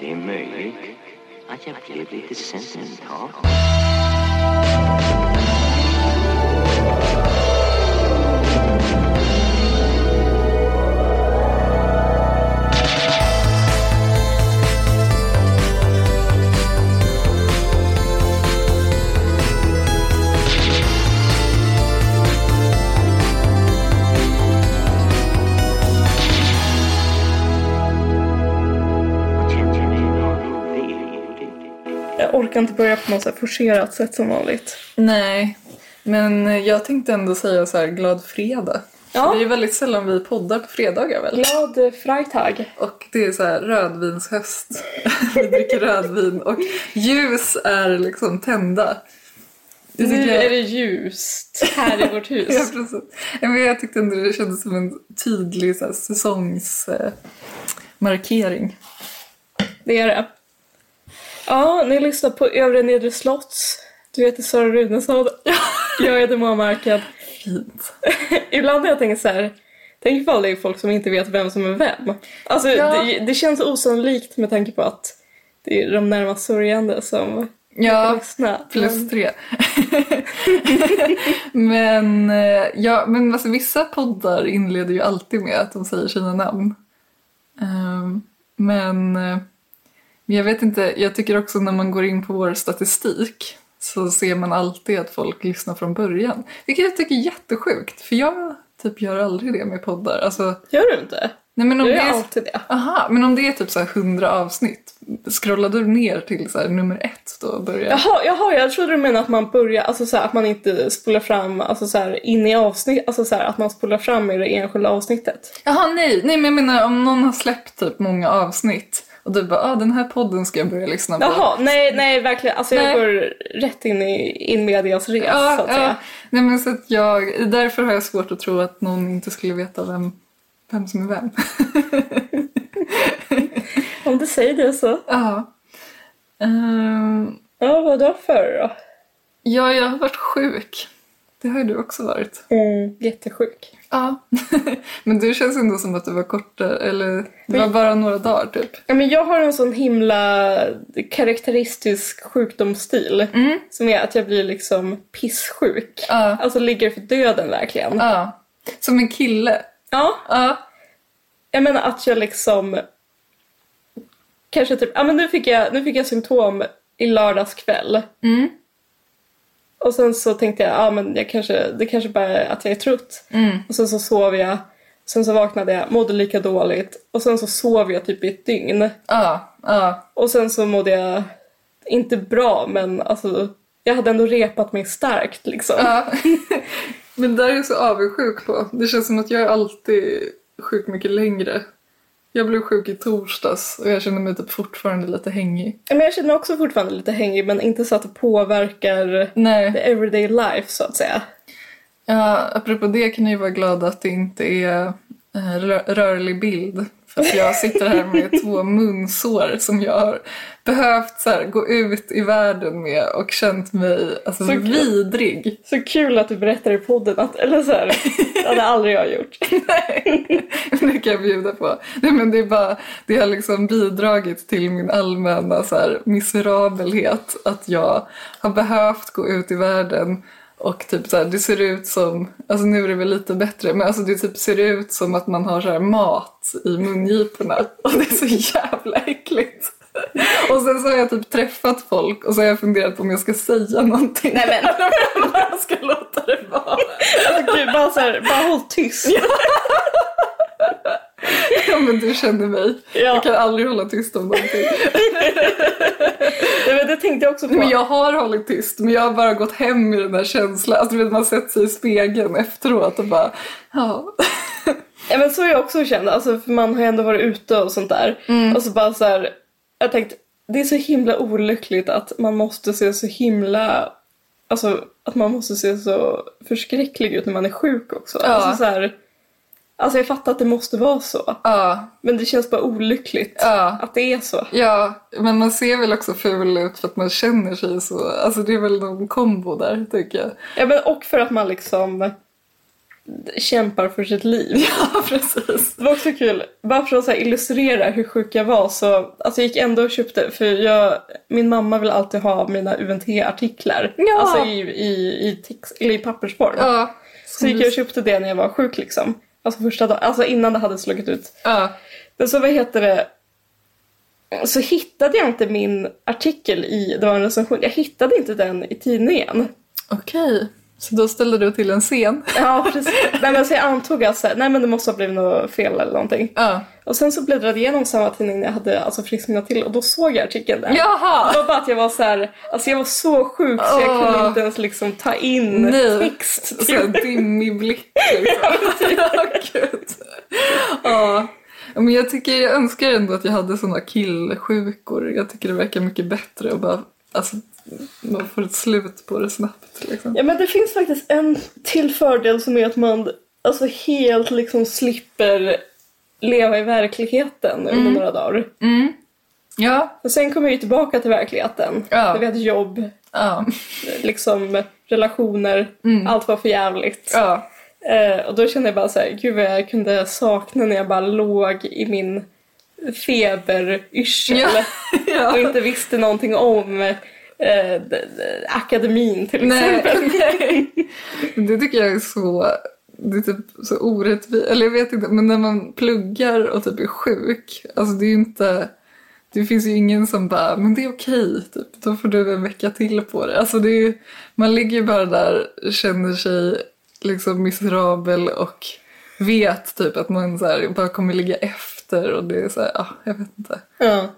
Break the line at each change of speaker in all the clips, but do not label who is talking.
Det är möjligt att jag blev lite sentimental. Och känner mig väldigt
Jag orkar inte börja på något så här forcerat sätt som vanligt.
Nej, men jag tänkte ändå säga så här glad fredag.
Ja.
Det är ju väldigt sällan vi poddar på fredagar väl?
Glad eh, Freitag.
Och det är så här rödvinshöst. vi dricker rödvin och ljus är liksom tända. Det tycker
Nu
jag-
är det ljust här i vårt hus.
Ja, precis. Ja, men jag tyckte ändå det kändes som en tydlig så här, säsongsmarkering.
Det är det. Ja, ni lyssnar på Övre Nedre Slotts. Du heter Sara Runesson. Jag heter Moa Markad.
Fint.
Ibland har jag tänkt så här. Tänk ifall det är folk som inte vet vem som är vem. Alltså,
Ja.
det, det känns osannolikt med tanke på att det är de närmast sörjande som
Ja,
lyssnar.
plus tre. men eh, ja, men alltså, vissa poddar inleder ju alltid med att de säger sina namn. Ehm, men eh, men jag vet inte, jag tycker också när man går in på vår statistik så ser man alltid att folk lyssnar från början. Vilket jag tycker är jättesjukt, för jag typ gör aldrig det med poddar. Alltså,
Gör du inte?
nej, men om
Gör
det
jag
är
alltid det?
Aha, men om det är typ så här 100 avsnitt, scrollar du ner till så här nummer ett då och börjar?
Jaha, jaha, jag trodde du menade att man börjar, alltså så här, att man inte spolar fram, alltså så här, in i avsnitt, alltså så här, att man spolar fram i det enskilda avsnittet.
Jaha, nej, nej men jag menar om någon har släppt typ många avsnitt och du bara ah, den här podden ska jag börja lyssna på.
Jaha, nej, nej verkligen, alltså
Nej.
jag går rätt in i in medias res så
ja,
att
ja.
säga.
Nej, men så att jag, därför har jag svårt att tro att någon inte skulle veta vem, vem som är vem.
Om du säger det så.
ja. Ehm,
Ja, vad då för då?
ja, jag har varit sjuk. Det har ju du också varit.
Mm, jättesjuk.
Ja. men du känns ändå som att du var kortare, eller det var
Men-
bara några dagar typ.
Ja, men jag har en sån himla karaktäristisk sjukdomsstil
Mm.
som är att jag blir liksom pissjuk.
Ja.
Alltså ligger för döden verkligen.
Ja. Som en kille.
Ja,
Ja.
Jag menar att jag liksom... Kanske typ, ja men nu fick jag, nu fick jag symptom i lördags kväll.
Mm.
Och sen så tänkte jag, ja men jag kanske, det kanske bara är att jag är trött.
Mm.
Och sen så sov jag. Sen så vaknade jag, mådde lika dåligt. Och sen så sov jag typ i ett dygn.
Ja. Ja.
Och sen så mådde jag, inte bra men alltså, jag hade ändå repat mig starkt liksom.
ja. Men där är jag så avundsjuk på. Det känns som att jag är alltid sjuk mycket längre. Jag blev sjuk i torsdags och jag känner mig typ fortfarande lite hängig.
Men jag känner mig också fortfarande lite hängig men inte så att det påverkar the
Nej.
everyday life så att säga.
Ja, apropå det kan ni ju vara glada att det inte är eh, rö- rörlig bild. För att jag sitter här med två munsår som jag har behövt så här, gå ut i världen med och känt mig alltså,
Så kul.
vidrig.
Så kul att du berättar i podden att, eller så här, det hade aldrig jag gjort.
Det kan jag bjuda på. Nej, men det, är bara, det har liksom bidragit till min allmänna så här, miserabelhet att jag har behövt gå ut i världen och typ så här, det ser ut som, alltså nu är det väl lite bättre, men alltså det typ ser ut som att man har så här mat i mungiporna och det är så jävla äckligt. Och sen så har jag typ träffat folk och så har jag funderat på om jag ska säga någonting.
Nej men,
Jag ska låta det vara.
alltså, gud, bara, så här, bara håll tyst.
Ja men du känner mig.
Ja.
Jag kan aldrig hålla tyst om någonting.
Nej, men det tänkte jag också på.
Men jag har hållit tyst, men jag har bara gått hem med den där känslan. Alltså, du vet, man sett sig i spegeln efteråt och bara, ja.
Ja, men så har jag också känt, alltså, för man har ju ändå varit ute och sånt där.
Mm.
Och så bara så här, jag tänkte, det är så himla olyckligt att man måste se så himla, alltså att man måste se så förskräcklig ut när man är sjuk också.
Ja.
Alltså, så här, alltså jag fattar att det måste vara så,
Ja,
men det känns bara olyckligt
ja.
att det är så.
Ja, men man ser väl också ful ut för att man känner sig så. Alltså det är väl någon kombo där, tycker jag.
Ja, men och för att man liksom... kämpar för sitt liv.
Ja, precis.
Det var också kul, bara för att så här illustrera hur sjuk jag var så alltså jag gick ändå och köpte, för jag, min mamma vill alltid ha mina UNT-artiklar.
Ja.
Alltså i, i, i, text, eller i pappersform.
Ja.
Så gick jag och köpte det när jag var sjuk liksom. Alltså första dagen, alltså innan det hade slagit ut.
Ja.
Men så vad heter det? Så hittade jag inte min artikel i, det var en recension, jag hittade inte den i tidningen.
Okej. Så då ställde du till en scen?
Ja precis. nej, men så jag antog att så här, nej men det måste ha blivit något fel eller någonting.
Ja.
Och sen så bläddrade jag igenom samma tidning när jag hade alltså, frisknat till och då såg jag artikeln där. Det
Jaha!
var bara att jag var så här, alltså jag var så sjuk så jag
Åh.
kunde inte ens liksom ta in
Nej.
text.
Så en dimmig blick liksom. Ja, gud. Ja. Men jag tycker, jag önskar ändå att jag hade såna killsjukor. Jag tycker det verkar mycket bättre att bara, alltså, man får ett slut på det snabbt liksom.
Ja men det finns faktiskt en till fördel som är att man alltså helt liksom slipper leva i verkligheten
Mm.
under några dagar.
Ja.
Och sen kommer jag ju tillbaka till verkligheten.
Ja.
Det vi hade jobb,
Ja.
liksom relationer,
Mm.
allt var för jävligt.
Ja.
Eh, och då kände jag bara så här, gud vad jag kunde sakna när jag bara låg i min feberyrsel
Ja.
och
ja.
inte visste någonting om eh, d- d- akademin till exempel.
Nej, nej. Det tycker jag är så, det är typ så orättvist. Eller jag vet inte, men när man pluggar och typ är sjuk. Alltså det är ju inte, det finns ju ingen som bara, men det är okej, typ. då får du en vecka till på det. Alltså det är ju, man ligger ju bara där, känner sig liksom miserabel och vet typ att man så här bara kommer ligga efter och det är så här, ah, jag vet inte.
Ja.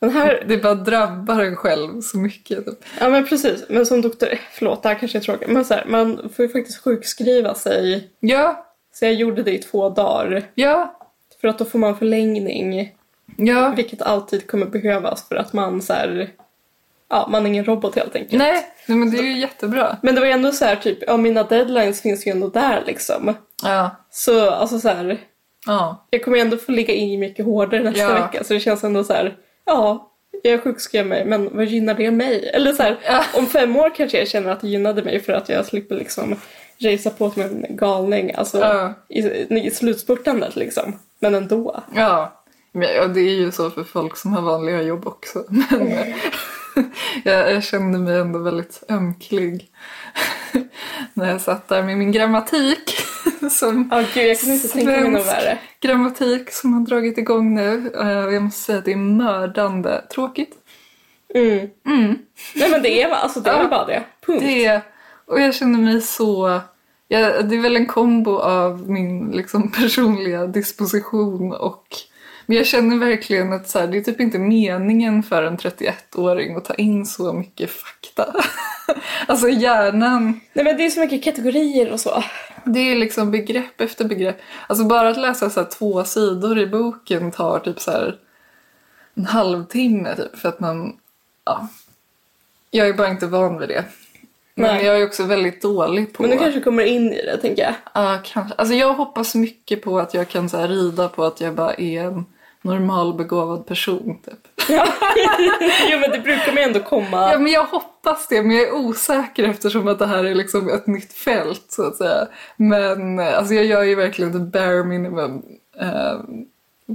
Men här,
Det bara drabbar en själv så mycket. Typ.
Ja men precis, men som doktor, eh, förlåt det här kanske är tråkigt, men så här, man får ju faktiskt sjukskriva sig.
Ja,
Så jag gjorde det i två dagar.
ja,
För att då får man förlängning,
ja.
vilket alltid kommer behövas för att man så här, ja man är ingen robot helt enkelt.
Nej, nej men det är ju jättebra.
Men det var ju ändå så här typ, ja mina deadlines finns ju ändå där liksom.
Ja.
Så alltså så här,
Ja.
jag kommer ju ändå få ligga in mycket hårdare nästa
Ja.
vecka så det känns ändå så här, ja jag sjukskrev mig men vad gynnar det mig? Eller så här,
Ja.
om fem år kanske jag känner att det gynnade mig för att jag slipper liksom racea på som en galning alltså
Ja.
i, i slutspurtandet liksom. Men ändå.
ja. Men, ja, det är ju så för folk som har vanliga jobb också. Men eh, jag, jag kände mig ändå väldigt ömklig när jag satt där med min grammatik. som
Ja gud jag kan inte tänka mig något
Svensk.
värre.
grammatik som har dragit igång nu. Eh, och Jag måste säga att det är mördande tråkigt.
Mm. Nej men det är, va- alltså, det är
Ja.
väl bara det. Punkt.
Det är, och jag känner mig så... Ja, det är väl en kombo av min liksom, personliga disposition och... Men jag känner verkligen att så här, det är typ inte meningen för en 31-åring att ta in så mycket fakta. alltså hjärnan,
Nej men det är så mycket kategorier och så.
det är liksom begrepp efter begrepp. Alltså bara att läsa så här, två sidor i boken tar typ så här, en halvtimme typ för att man... Ja. Jag är bara inte van vid det. Men
Nej.
jag är också väldigt dålig på...
Men du kanske kommer in i det tänker jag.
Ja, kanske. Alltså jag hoppas mycket på att jag kan så här, rida på att jag bara är en normal begåvad person. Typ.
jo men det brukar man ju ändå komma.
Ja, men jag hoppas det, men jag är osäker eftersom att det här är liksom ett nytt fält så att säga. Men eh, alltså jag gör ju verkligen the bare minimum eh,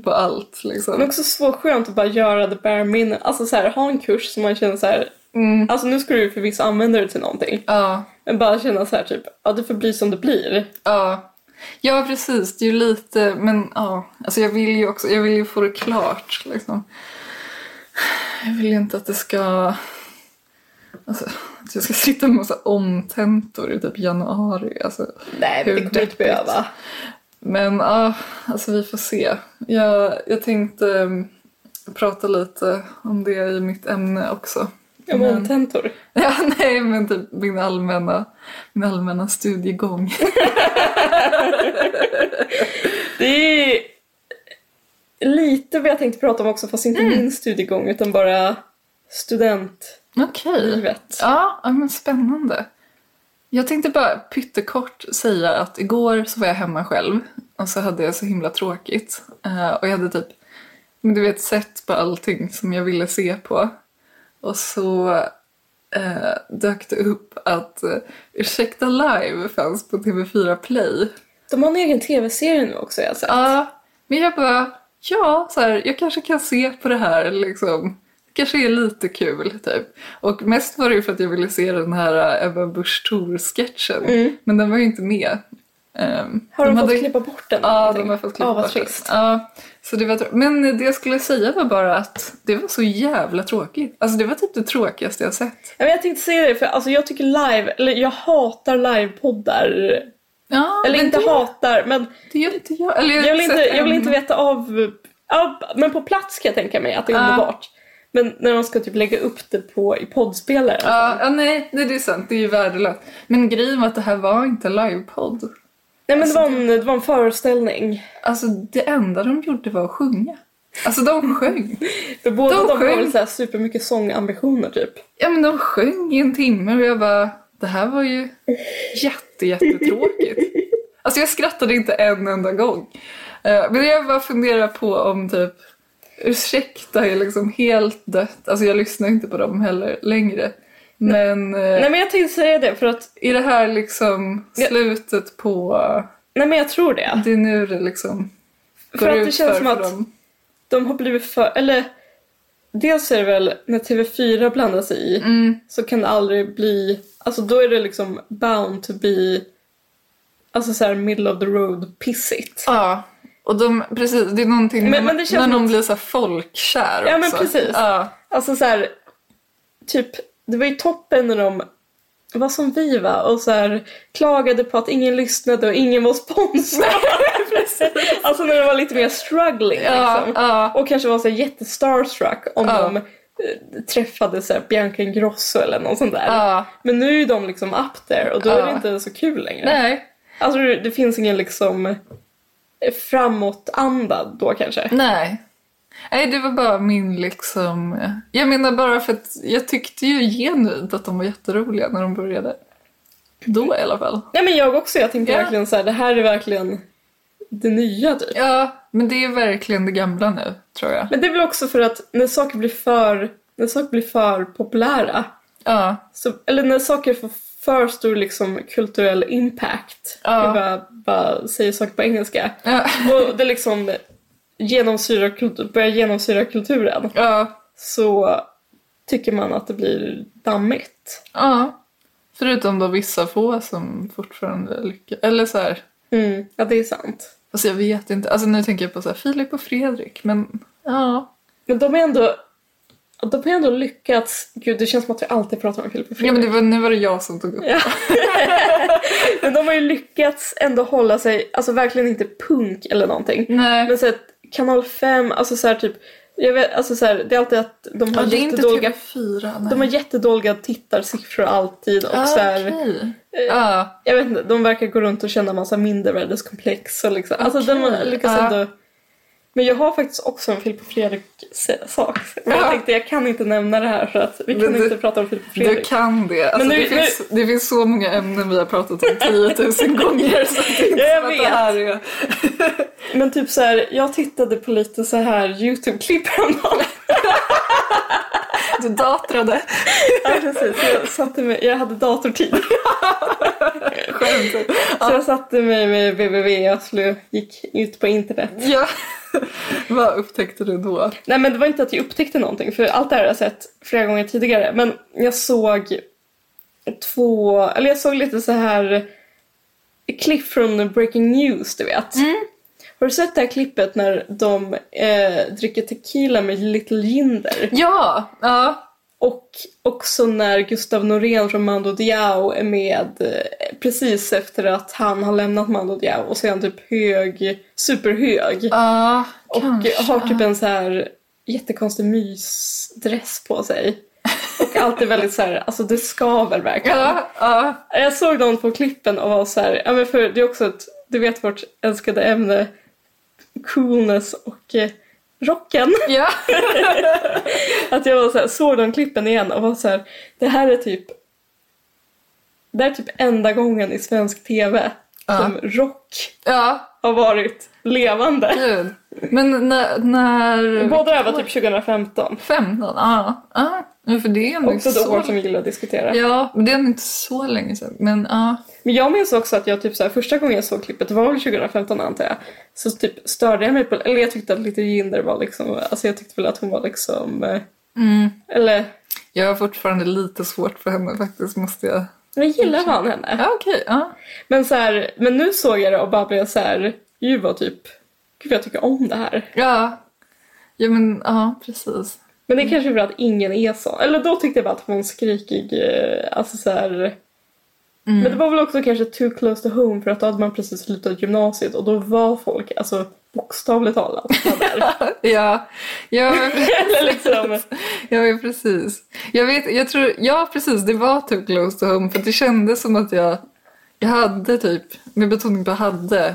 på allt liksom.
Men också så skönt att bara göra det bare minimum. Alltså så här, ha en kurs som man känner så här.
Mm.
Alltså nu ska du ju förvisso använda det till någonting.
Ja,
Men bara känna så här typ, ja det får bli som det blir.
ja. Ja, precis. Det är ju lite, men ja. Alltså jag vill ju också, jag vill ju få det klart liksom. Jag vill ju inte att det ska... Alltså, att jag ska sitta med massa omtentor i typ januari. Alltså.
Nej men det
Hur
kommer du inte
deppigt.
behöva.
Men ja, alltså vi får se. Jag, jag tänkte mm, prata lite om det i mitt ämne också.
Jag har omtentor.
Ja, nej, men typ min allmänna, min allmänna studiegång.
Det är ju lite vad jag tänkte prata om också fast inte
Mm.
min studiegång utan bara studentlivet.
Okej. Ja, ja, men spännande. Jag tänkte bara pyttekort säga att igår så var jag hemma själv och så hade jag så himla tråkigt. Eh, och jag hade typ, men du vet, sett på allting som jag ville se på. Och så eh, dök det upp att eh, Ursäkta live fanns på TV4 Play.
De har en egen tv-serie nu också. Alltså.
Ja, men jag bara, ja, så här, jag kanske kan se på det här liksom. Det kanske är lite kul, typ. Och mest var det ju för att jag ville se den här eh, Ebba Busch Thor-sketchen. Men den var ju inte med. Ehm,
Mm. Har de, fått
hade-
klippa bort den? eller
Ja,
någonting?
de har fått klippa
Ja, vad
bort den.
trist.
Ja, så det var tr- Men det jag skulle säga var bara att det var så jävla tråkigt. Alltså det var typ det tråkigaste jag sett.
Ja, men jag tänkte säga det, för alltså, jag tycker live, eller jag hatar livepoddar.
Ja,
Eller
men
inte
det,
hatar, men
Det gör inte jag. Eller har
jag vill, inte,
sett
jag vill
en.
inte veta av... Ja, men på plats kan jag tänka mig att det är
Ja.
underbart. Men när de ska typ lägga upp det på, i poddspelaren.
Ja, ja, nej, nej, det är sant. Det är ju värdelöst. Men grejen var att det här var inte en livepodd.
Nej men det var, en, det var en föreställning.
Alltså det enda de gjorde var att sjunga. Alltså de sjöng.
För båda
De
de, har
sjöng.
väl så här supermycket sångambitioner typ.
Ja men de sjöng i en timme och jag bara, det här var ju jätte, jättetråkigt. Alltså jag skrattade inte en enda gång. Eh, Men jag bara funderar på om typ, ursäkta är liksom helt dött. Alltså jag lyssnar inte på dem heller längre. Men eh,
Nej men jag tänkte säga det för att...
är det här liksom
Ja.
slutet på,
Nej men jag tror det.
det är nu det liksom
För
går
att det
ut
känns
för,
som
för
att
dem?
de har blivit för... Eller... Dels är det väl när TV4 blandar sig i
Mm.
så kan det aldrig bli... Alltså då är det liksom bound to be... Alltså så här middle of the road pissigt.
Ja, och de, precis, det är någonting
Men-
när,
men det känns
när
som
de
att-
blir så här folkkär
Ja, men
också.
precis.
Ja,
Alltså så här, typ, det var ju toppen när de var som vi va och så här, klagade på att ingen lyssnade och ingen var sponsrad. alltså när det var lite mer struggling
ja,
liksom.
ja.
Och kanske var så här jättestarstruck om
Ja.
de eh, träffade så här, Bianca Ingrosso eller någon sån där.
ja.
Men nu är de liksom up there och då är det
Ja.
inte så kul längre.
Nej,
Alltså det det finns ingen liksom eh, framåtanda då kanske.
nej. Nej, det var bara min liksom... Jag menar bara för att jag tyckte ju genuint att de var jätteroliga när de började. Då i alla fall.
Nej men jag också, jag tänkte
Ja.
verkligen så här, det här är verkligen det nya typ.
Ja, men det är verkligen det gamla nu, tror jag.
Men det är väl också för att när saker blir för, när saker blir för populära,
Ja,
så, eller när saker får för stor liksom, kulturell impact,
Ja.
jag bara, bara säger saker på engelska,
ja,
och det liksom genomsyrar kultur, börjar genomsyra kulturen,
ja.
så tycker man att det blir dammigt.
ja. Förutom då vissa få som fortfarande lyckas. Eller så här...
Mm. Ja, det är sant.
Alltså jag vet inte. Alltså nu tänker jag på så här, Filip och Fredrik, men ja.
Men de har ändå, de har ändå lyckats, gud det känns som att vi alltid pratar om Filip och Fredrik.
ja men det var, nu var det jag som tog upp
Ja. men de har ju lyckats ändå hålla sig, alltså verkligen inte punk eller någonting.
Nej,
Men så här, kanal 5, alltså så här typ, jag vet, alltså så här, det är alltid att de har
ja, det är inte typ-
jättedåliga
TV4. Nej.
de har jättedåliga tittarsiffror alltid och
ah,
så här, Eh,
okej. Ja,
jag vet inte, de verkar gå runt och känna massa mindervärdeskomplex och liksom. Alltså de har
Okej, Ah.
lyckats
ja.
ändå. Men jag har faktiskt också en Filip och Fredrik-sak. Men
Ja.
jag tänkte jag kan inte nämna det här för att vi kan
Men du-
inte prata om Filip och
du
Fredrik.
kan det. Alltså,
nu-
det, finns, det finns så många ämnen vi har pratat om 10 000 gånger så det är inte
Ja, jag
som att det här är...
Men typ så här, jag tittade på lite så här YouTube-klipp häromdagen.
Du datrade.
Ja, precis. Jag, satte mig, jag hade datortid.
Skämt.
Så jag satte mig med www och skulle, gick ut på internet.
Ja. Vad upptäckte du då?
Nej men det var inte att jag upptäckte någonting för allt det här har jag sett flera gånger tidigare. Men jag såg två, eller jag såg lite så här klipp från Breaking News du vet. Har du sett det här klippet när de eh, dricker tequila med Little Jinder?
Ja, ja.
Och också när Gustav Norén från Mando Diao är med eh, precis efter att han har lämnat Mando Diao och så är han typ hög, superhög.
Ja,
och
kanske.
har typ en så här jättekonstig mysdress på sig. Och allt är väldigt så här, alltså det skaver verkligen.
Ja, ja.
Jag såg de två klippen och var så här, ja men för det är också ett, du vet vårt älskade ämne, coolness och eh, rocken.
ja.
Att jag var så här, såg de klippen igen och var så här, det här är typ det här är typ enda gången i svensk tv
Ja.
som rock
ja.
har varit levande.
Gud. Men när... när
Båda var typ 2015.
15? Ja. ja. Men för det är ändå
Också
inte
ett
så...
år som vi gillar att diskutera.
Ja, men det är ändå inte så länge sedan. Men ja.
Men jag minns också att jag typ så här, första gången jag såg klippet, det var väl 2015 antar jag, så typ störde jag mig på, eller jag tyckte att lite Jinder var liksom, alltså jag tyckte väl att hon var liksom, eh,
Mm.
eller,
Jag har fortfarande lite svårt för henne faktiskt, måste jag...
jag gillar fan henne.
Ja, okej. ja.
Men så här, men nu såg jag det och bara blev så här, ju vad typ, gud jag tycker om det här.
Ja. Ja, men ja, precis.
Men det är kanske är bra att ingen är så. Eller då tyckte jag bara att hon var en skrikig, eh, alltså så här.
Mm.
Men det var väl också kanske too close to home för att då hade man precis slutat gymnasiet och då var folk, alltså bokstavligt talat, var där.
Ja, ja men
Eller liksom,
Ja, men precis. Jag vet, jag tror, ja, precis. Det var typ close to home. För det kändes som att jag, jag hade typ, med betoning på hade,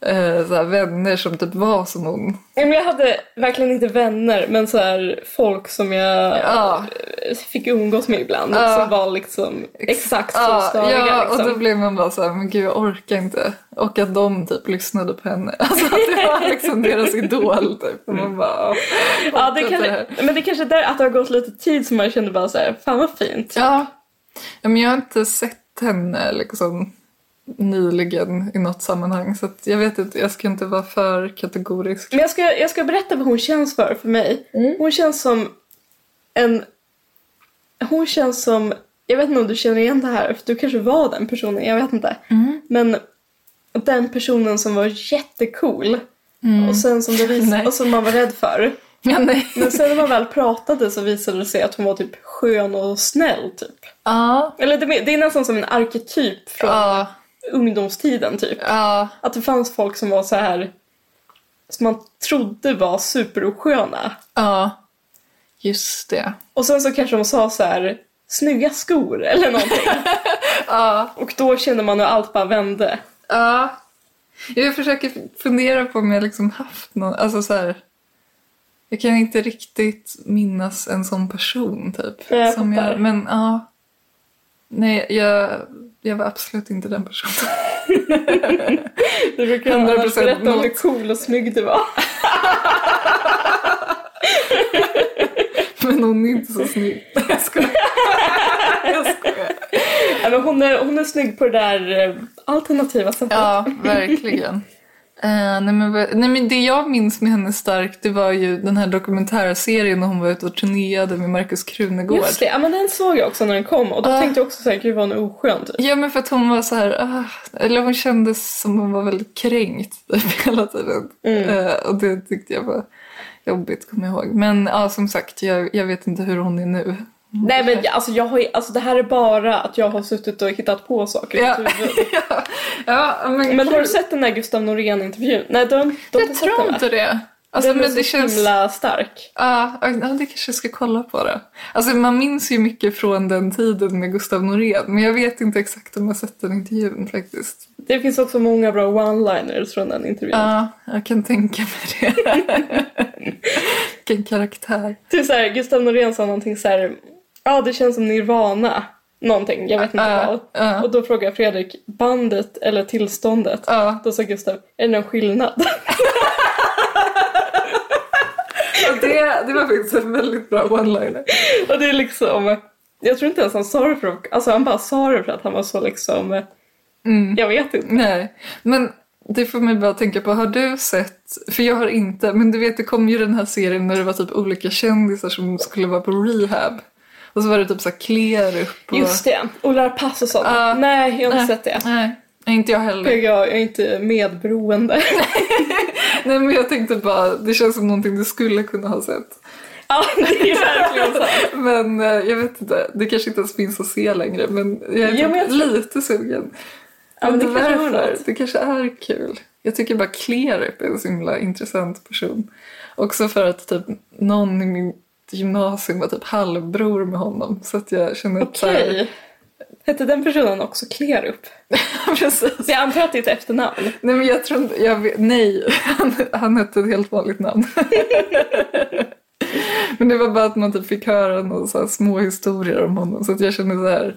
eh, så här, vänner som typ var som hon.
Ja, men jag hade verkligen inte vänner men så här folk som jag
Ja,
eh, fick umgås med ibland
Ja.
som var liksom exakt så
ja,
störiga.
ja och
liksom.
då blev man bara så här, men gud jag orkar inte. Och att de typ lyssnade på henne. Alltså att det var liksom deras idol typ. Och man bara,
Ja, det
Orkar inte
kanske, men det kanske är där att det har gått lite tid som man kände bara så här, fan vad fint.
Ja. ja, men jag har inte sett henne liksom nyligen i något sammanhang så att jag vet inte, jag ska inte vara för kategorisk.
Men jag ska, jag ska berätta vad hon känns för, för mig.
Mm.
Hon känns som en... Hon känns som... Jag vet inte om du känner igen det här, för du kanske var den personen, jag vet inte.
Mm.
Men den personen som var jättecool och sen som det vis-
Mm. Nej.
och som man var rädd för.
Ja, nej.
Men sen när man väl pratade så visade det sig att hon var typ skön och snäll, typ.
Ja,
Eller det, det är nästan som en arketyp från
ja,
ungdomstiden, typ.
ja,
Att det fanns folk som var så här som man trodde var superosköna.
ja. Just det.
Och sen så kanske de sa så här snygga skor eller någonting. Och då kände man hur allt bara vände.
Ja. Jag försöker fundera på om jag liksom haft någon, alltså så här. Jag kan inte riktigt minnas en sån person typ.
Nej, jag
som
fattar.
jag, men ja. Nej, jag, jag var absolut inte den personen.
Du brukar ju
100%
annars berätta om
något.
hur cool och snygg du var.
Men hon är inte så snygg. Nej, Jag skojar. Jag skojar.
Ja, men hon, är, hon är snygg på det där eh, alternativa sättet.
Ja, verkligen. Eh, nej, men, vad- nej, men det jag minns med henne starkt det var ju den här dokumentärserien när hon var ute och turnerade med Markus Krunegård.
Just det, ja, men den såg jag också när den kom och då
Ah.
tänkte jag också såhär, gud vad hon är oskön typ.
Ja, men för att hon var så här... ah, eller hon kändes som hon var väldigt kränkt typ, hela tiden.
Mm.
Eh, och det tyckte jag var jobbigt, kommer jag ihåg. Men ja, som sagt, jag, jag vet inte hur hon är nu.
Nej men jag- alltså, jag har, ju- alltså det här är bara att jag har suttit och hittat på saker i
Ja.
mitt huvud.
Ja, men,
Men har du sett den där Gustav Norén-intervjun? Nej, de, de har
Jag
inte sett
tror
den, va?
inte det. Alltså,
den är
men det
så
känns...
himla stark.
Ja, ja, det kanske jag ska kolla på det. Alltså man minns ju mycket från den tiden med Gustav Norén men jag vet inte exakt om jag sett den intervjun faktiskt.
Det finns också många bra one-liners från den intervjun.
Ja, jag kan tänka mig det. Vilken karaktär.
Typ så här, Gustav Norén sa någonting så här, ja det känns som Nirvana, någonting, jag vet inte
Ja,
vad.
ja.
Och då frågar Fredrik, bandet eller tillståndet?
Ja,
Då sa Gustav, är det någon skillnad?
och det, det var faktiskt en väldigt bra one-liner.
Och det är liksom, jag tror inte ens han sa det för att, alltså han bara sa det för att han var så liksom,
Mm.
jag vet inte.
Nej, men det får mig bara tänka på, har du sett, för jag har inte, men du vet det kom ju den här serien när det var typ olika kändisar som skulle vara på rehab. Och så var det typ så här Klerup och...
Just det, och Larpass och sånt.
Ja.
Nej, jag har inte sett det.
Nej, inte jag heller.
Jag, jag är inte medberoende.
Nej men jag tänkte bara, det känns som någonting du skulle kunna ha sett.
ja, det är verkligen så.
Men eh, jag vet inte, det kanske inte ens finns att se längre men jag är
Ja, men jag
typ
tror-
lite sugen.
Ja, men det kanske var
därför,
något.
det kanske är kul. Jag tycker bara Klerup är en så himla intressant person. Också för att typ någon i mitt gymnasium var typ halvbror med honom så att jag känner att så här-
Okej. Hette den personen också Klerup?
Precis.
Så jag antar att det är ett efternamn.
Nej men jag tror inte, jag vet, nej, han, han hette ett helt vanligt namn. men det var bara att man typ fick höra några så här små historier om honom så att jag kände så här,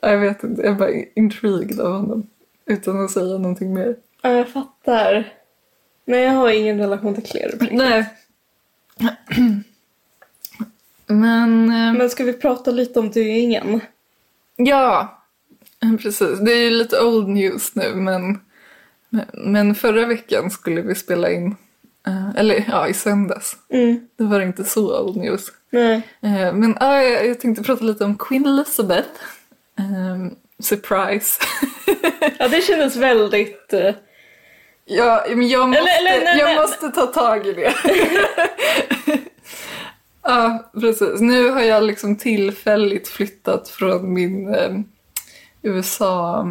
jag vet inte, jag är bara intrigued av honom. Utan att säga någonting mer.
Ja, jag fattar. Nej, jag har ingen relation till Klerup.
Nej. Men, eh,
Men ska vi prata lite om dyingen?
ja, eh, precis. Det är ju lite old news nu men, men- men förra veckan skulle vi spela in, eh, eller ja, i söndags.
Mm.
Det var inte så old news.
Nej.
Eh, Men ja, jag jag tänkte prata lite om Queen Elizabeth. Eh, Surprise.
Ja, det kändes väldigt... eh,
Ja, men jag måste,
Eller- eller, nej,
jag
nej.
måste ta tag i det. ja, precis. Nu har jag liksom tillfälligt flyttat från min eh, USA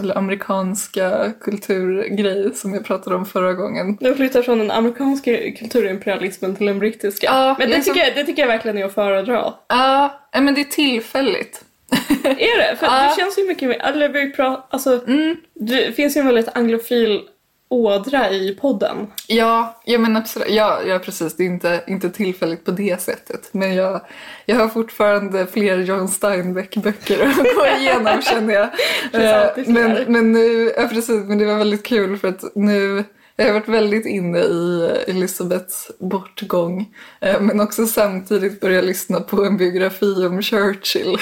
eller amerikanska kulturgrej som jag pratade om förra gången.
Du flyttar från den amerikanska kulturimperialismen till den brittiska.
Ja,
Men det
liksom-
tycker, jag, det tycker jag verkligen är att föredra.
Ja, nej, men det är tillfälligt.
Är det? För
Ja.
det känns ju mycket mer... Eller vi pra, alltså,
Mm.
Det finns ju en väldigt anglofil ådra i podden.
Ja, ja men absolut. Ja, ja precis. Det är inte, inte tillfälligt på det sättet. Men jag, jag har fortfarande fler John Steinbeck-böcker att gå igenom känner jag.
finns alltid
Eh,
fler.
Men, men nu, ja precis, men det var väldigt kul för att nu jag har varit väldigt inne i eh, Elisabeths bortgång eh, men också samtidigt börjat lyssna på en biografi om Churchill.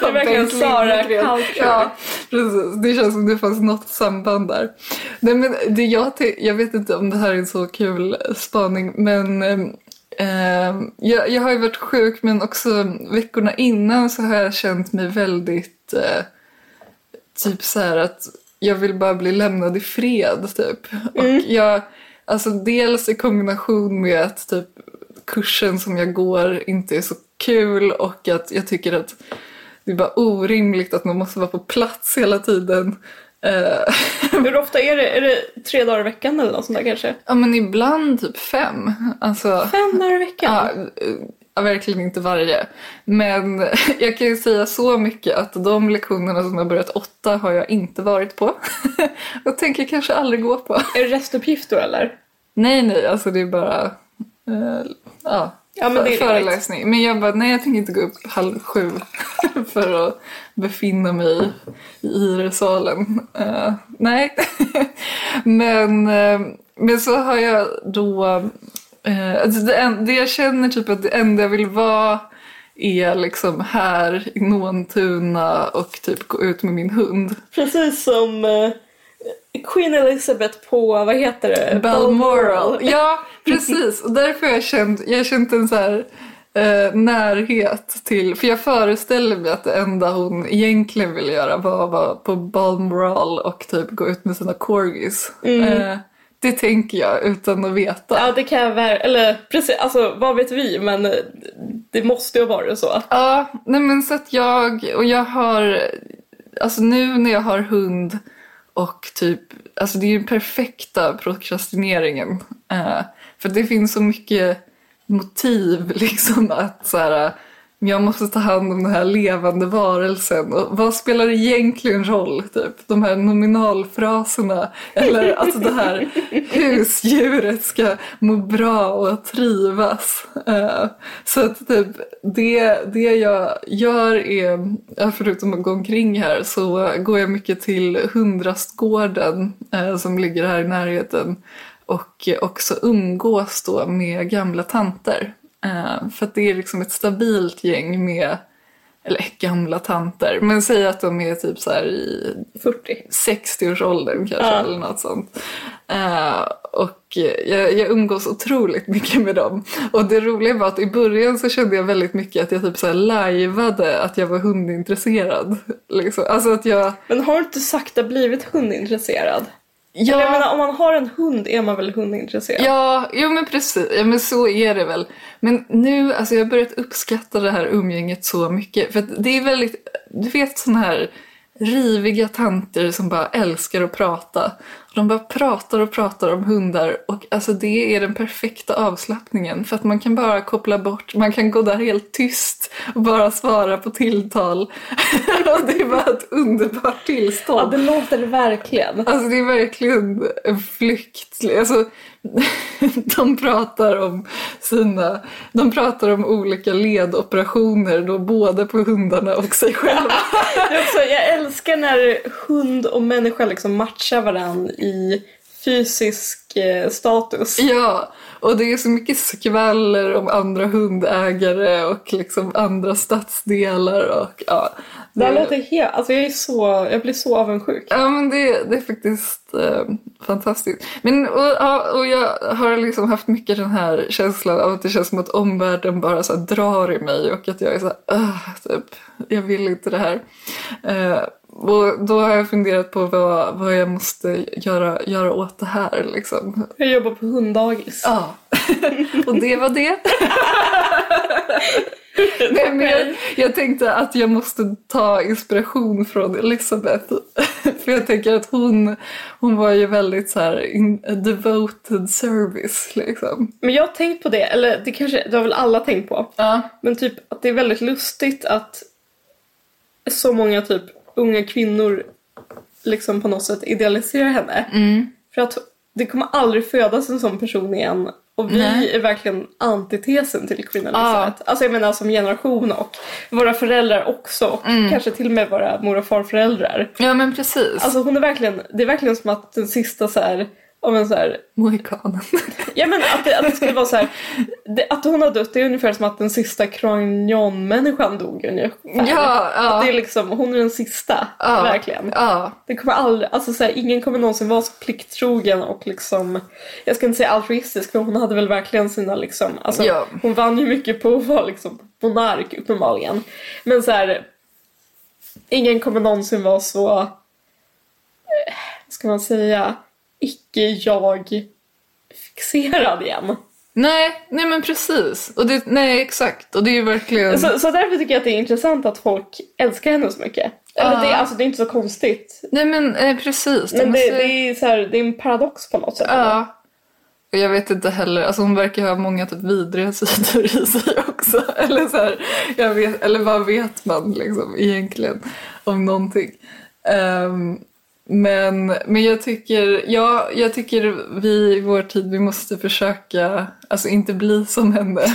Det är verkligen
Bengt
Sara
Lindgren.
Culture.
Ja, precis. Det känns som det fanns något samband där. Nej, men det jag, ty- jag vet inte om det här är en så kul spaning, men ehm, ehm, jag, jag har ju varit sjuk, men också veckorna innan så har jag känt mig väldigt eh, typ så här att jag vill bara bli lämnad i fred typ. Och jag, alltså dels i kombination med att typ kursen som jag går inte är så kul och att jag tycker att det är bara orimligt att man måste vara på plats hela tiden. Eh,
Hur ofta är det? Är det tre dagar i veckan eller något sånt där kanske?
ja men ibland typ fem. Alltså,
Fem dagar i veckan?
Ja, eh, ja, verkligen inte varje. Men jag kan ju säga så mycket att de lektionerna som har börjat åtta har jag inte varit på. Och tänker kanske aldrig gå på.
Är det restuppgifter eller?
Nej, nej, alltså det är bara... eh, ja.
Ja, men
för-
det är
föreläsning. Men jag bara, nej jag tänker inte gå upp halv sju för att befinna mig i Iresalen. Eh, nej. men, eh, men så har jag då... eh, alltså det, en- det jag känner typ att det enda jag vill vara är liksom här i Nåntuna och typ gå ut med min hund.
Precis som eh, Queen Elizabeth på, vad heter det?
Balmoral. Ja, precis. Och därför har jag känt, jag har känt en så här eh, närhet till... För jag föreställer mig att det enda hon egentligen ville göra var att vara på Balmoral och typ gå ut med sina corgis. Eh, det tänker jag utan att veta.
Ja, det kan jag ver- Eller precis, alltså vad vet vi? Men eh, det måste ju ha varit så.
Ja, nej men så att jag, och jag har, alltså nu när jag har hund och typ, alltså det är ju den perfekta prokrastineringen. Eh, för det finns så mycket motiv liksom att så här, men jag måste ta hand om den här levande varelsen. Och vad spelar det egentligen roll? Typ? De här nominalfraserna. Eller att det här husdjuret ska må bra och trivas. Eh, så att typ, det, det jag gör är, ja, förutom att gå omkring här, så går jag mycket till hundrastgården eh, som ligger här i närheten. Och också umgås då med gamla tanter. Eh, för att det är liksom ett stabilt gäng med, eller gamla tanter, men säg att de är typ så här i
40.
60-årsåldern kanske
Ja.
eller något sånt. Eh, och eh, jag, jag umgås otroligt mycket med dem. Och det roliga var att i början så kände jag väldigt mycket att jag typ så här lajvade att jag var hundintresserad. Liksom. Alltså att jag...
Men har du inte sakta blivit hundintresserad?
jag
Jag menar, om man har en hund är man väl hundintresserad?
Ja, jo men precis. Ja, men så är det väl. Men nu, alltså jag har börjat uppskatta det här umgänget så mycket. För att det är väldigt, du vet såna här riviga tanter som bara älskar att prata. Och De bara pratar och pratar om hundar och alltså det är den perfekta avslappningen för att man kan bara koppla bort, man kan gå där helt tyst och bara svara på tilltal. och det är bara ett underbart tillstånd.
Ja, det låter det verkligen.
Alltså det är verkligen en flykt. Alltså, de pratar om sina... De pratar om olika ledoperationer då både på hundarna och sig själva.
Det är också, jag älskar när hund och
Mm.
människa liksom matchar varandra i fysisk eh, status.
ja, Och det är så mycket skvaller om andra hundägare och liksom andra stadsdelar och ja.
Det här låter helt... Alltså jag, är så, jag blir så avundsjuk.
Ja, men det, det är faktiskt eh, fantastiskt. Men, och, ja, och jag har liksom haft mycket den här känslan av att det känns som att omvärlden bara så här, drar i mig och att jag är så här, "Ugh", typ, jag vill inte det här. Eh, och då har jag funderat på vad, vad jag måste göra, göra åt det här. Liksom.
Jag jobbar på hunddagis.
Ja, och det var det. Nej, men jag, jag tänkte att jag måste ta inspiration från Elisabeth. För jag tänker att hon, hon var ju väldigt så här in, a devoted service liksom.
Men jag har tänkt på det, eller det kanske, det har väl alla tänkt på.
Ja.
Men typ att det är väldigt lustigt att så många typ unga kvinnor liksom på något sätt idealiserar henne.
Mm.
För att det kommer aldrig födas en sån person igen. Och vi
Nej.
är verkligen antitesen till kvinnolöshet. Alltså jag menar som generation och våra föräldrar också. Och
Mm.
kanske till och med våra mor och farföräldrar.
ja, men precis.
Alltså hon är verkligen, det är verkligen som att den sista så här, om en så här
Mohikanen.
Ja men att det, att det skulle vara så här, det, att hon har dött det är ungefär som att den sista kragnon-människan dog ungefär.
ja,
Att det är
ja.
liksom, hon är den sista,
Ja.
verkligen.
ja.
Det kommer aldrig, alltså så här, ingen kommer någonsin vara så plikttrogen och liksom, jag ska inte säga altruistisk för hon hade väl verkligen sina liksom, alltså
Ja.
hon vann ju mycket på att vara liksom monark uppenbarligen. Men så här, ingen kommer någonsin vara så, eh, vad ska man säga, icke-jag fixerad igen.
Nej, nej men precis. Och det, nej, exakt. Och det är ju verkligen...
Så, så därför tycker jag att det är intressant att folk älskar henne så mycket. Eller
Ja.
det, är- alltså, det är inte så konstigt.
nej men eh, precis.
Men det,
måste-
det, är så här, det är en paradox på något sätt.
Ja. Och jag vet inte heller, alltså hon verkar ha många typ vidriga sidor i sig också. Eller, så här, jag vet, eller vad vet man liksom egentligen om någonting? Ehm, men, men jag tycker, ja, jag tycker vi i vår tid, vi måste försöka, alltså inte bli som henne.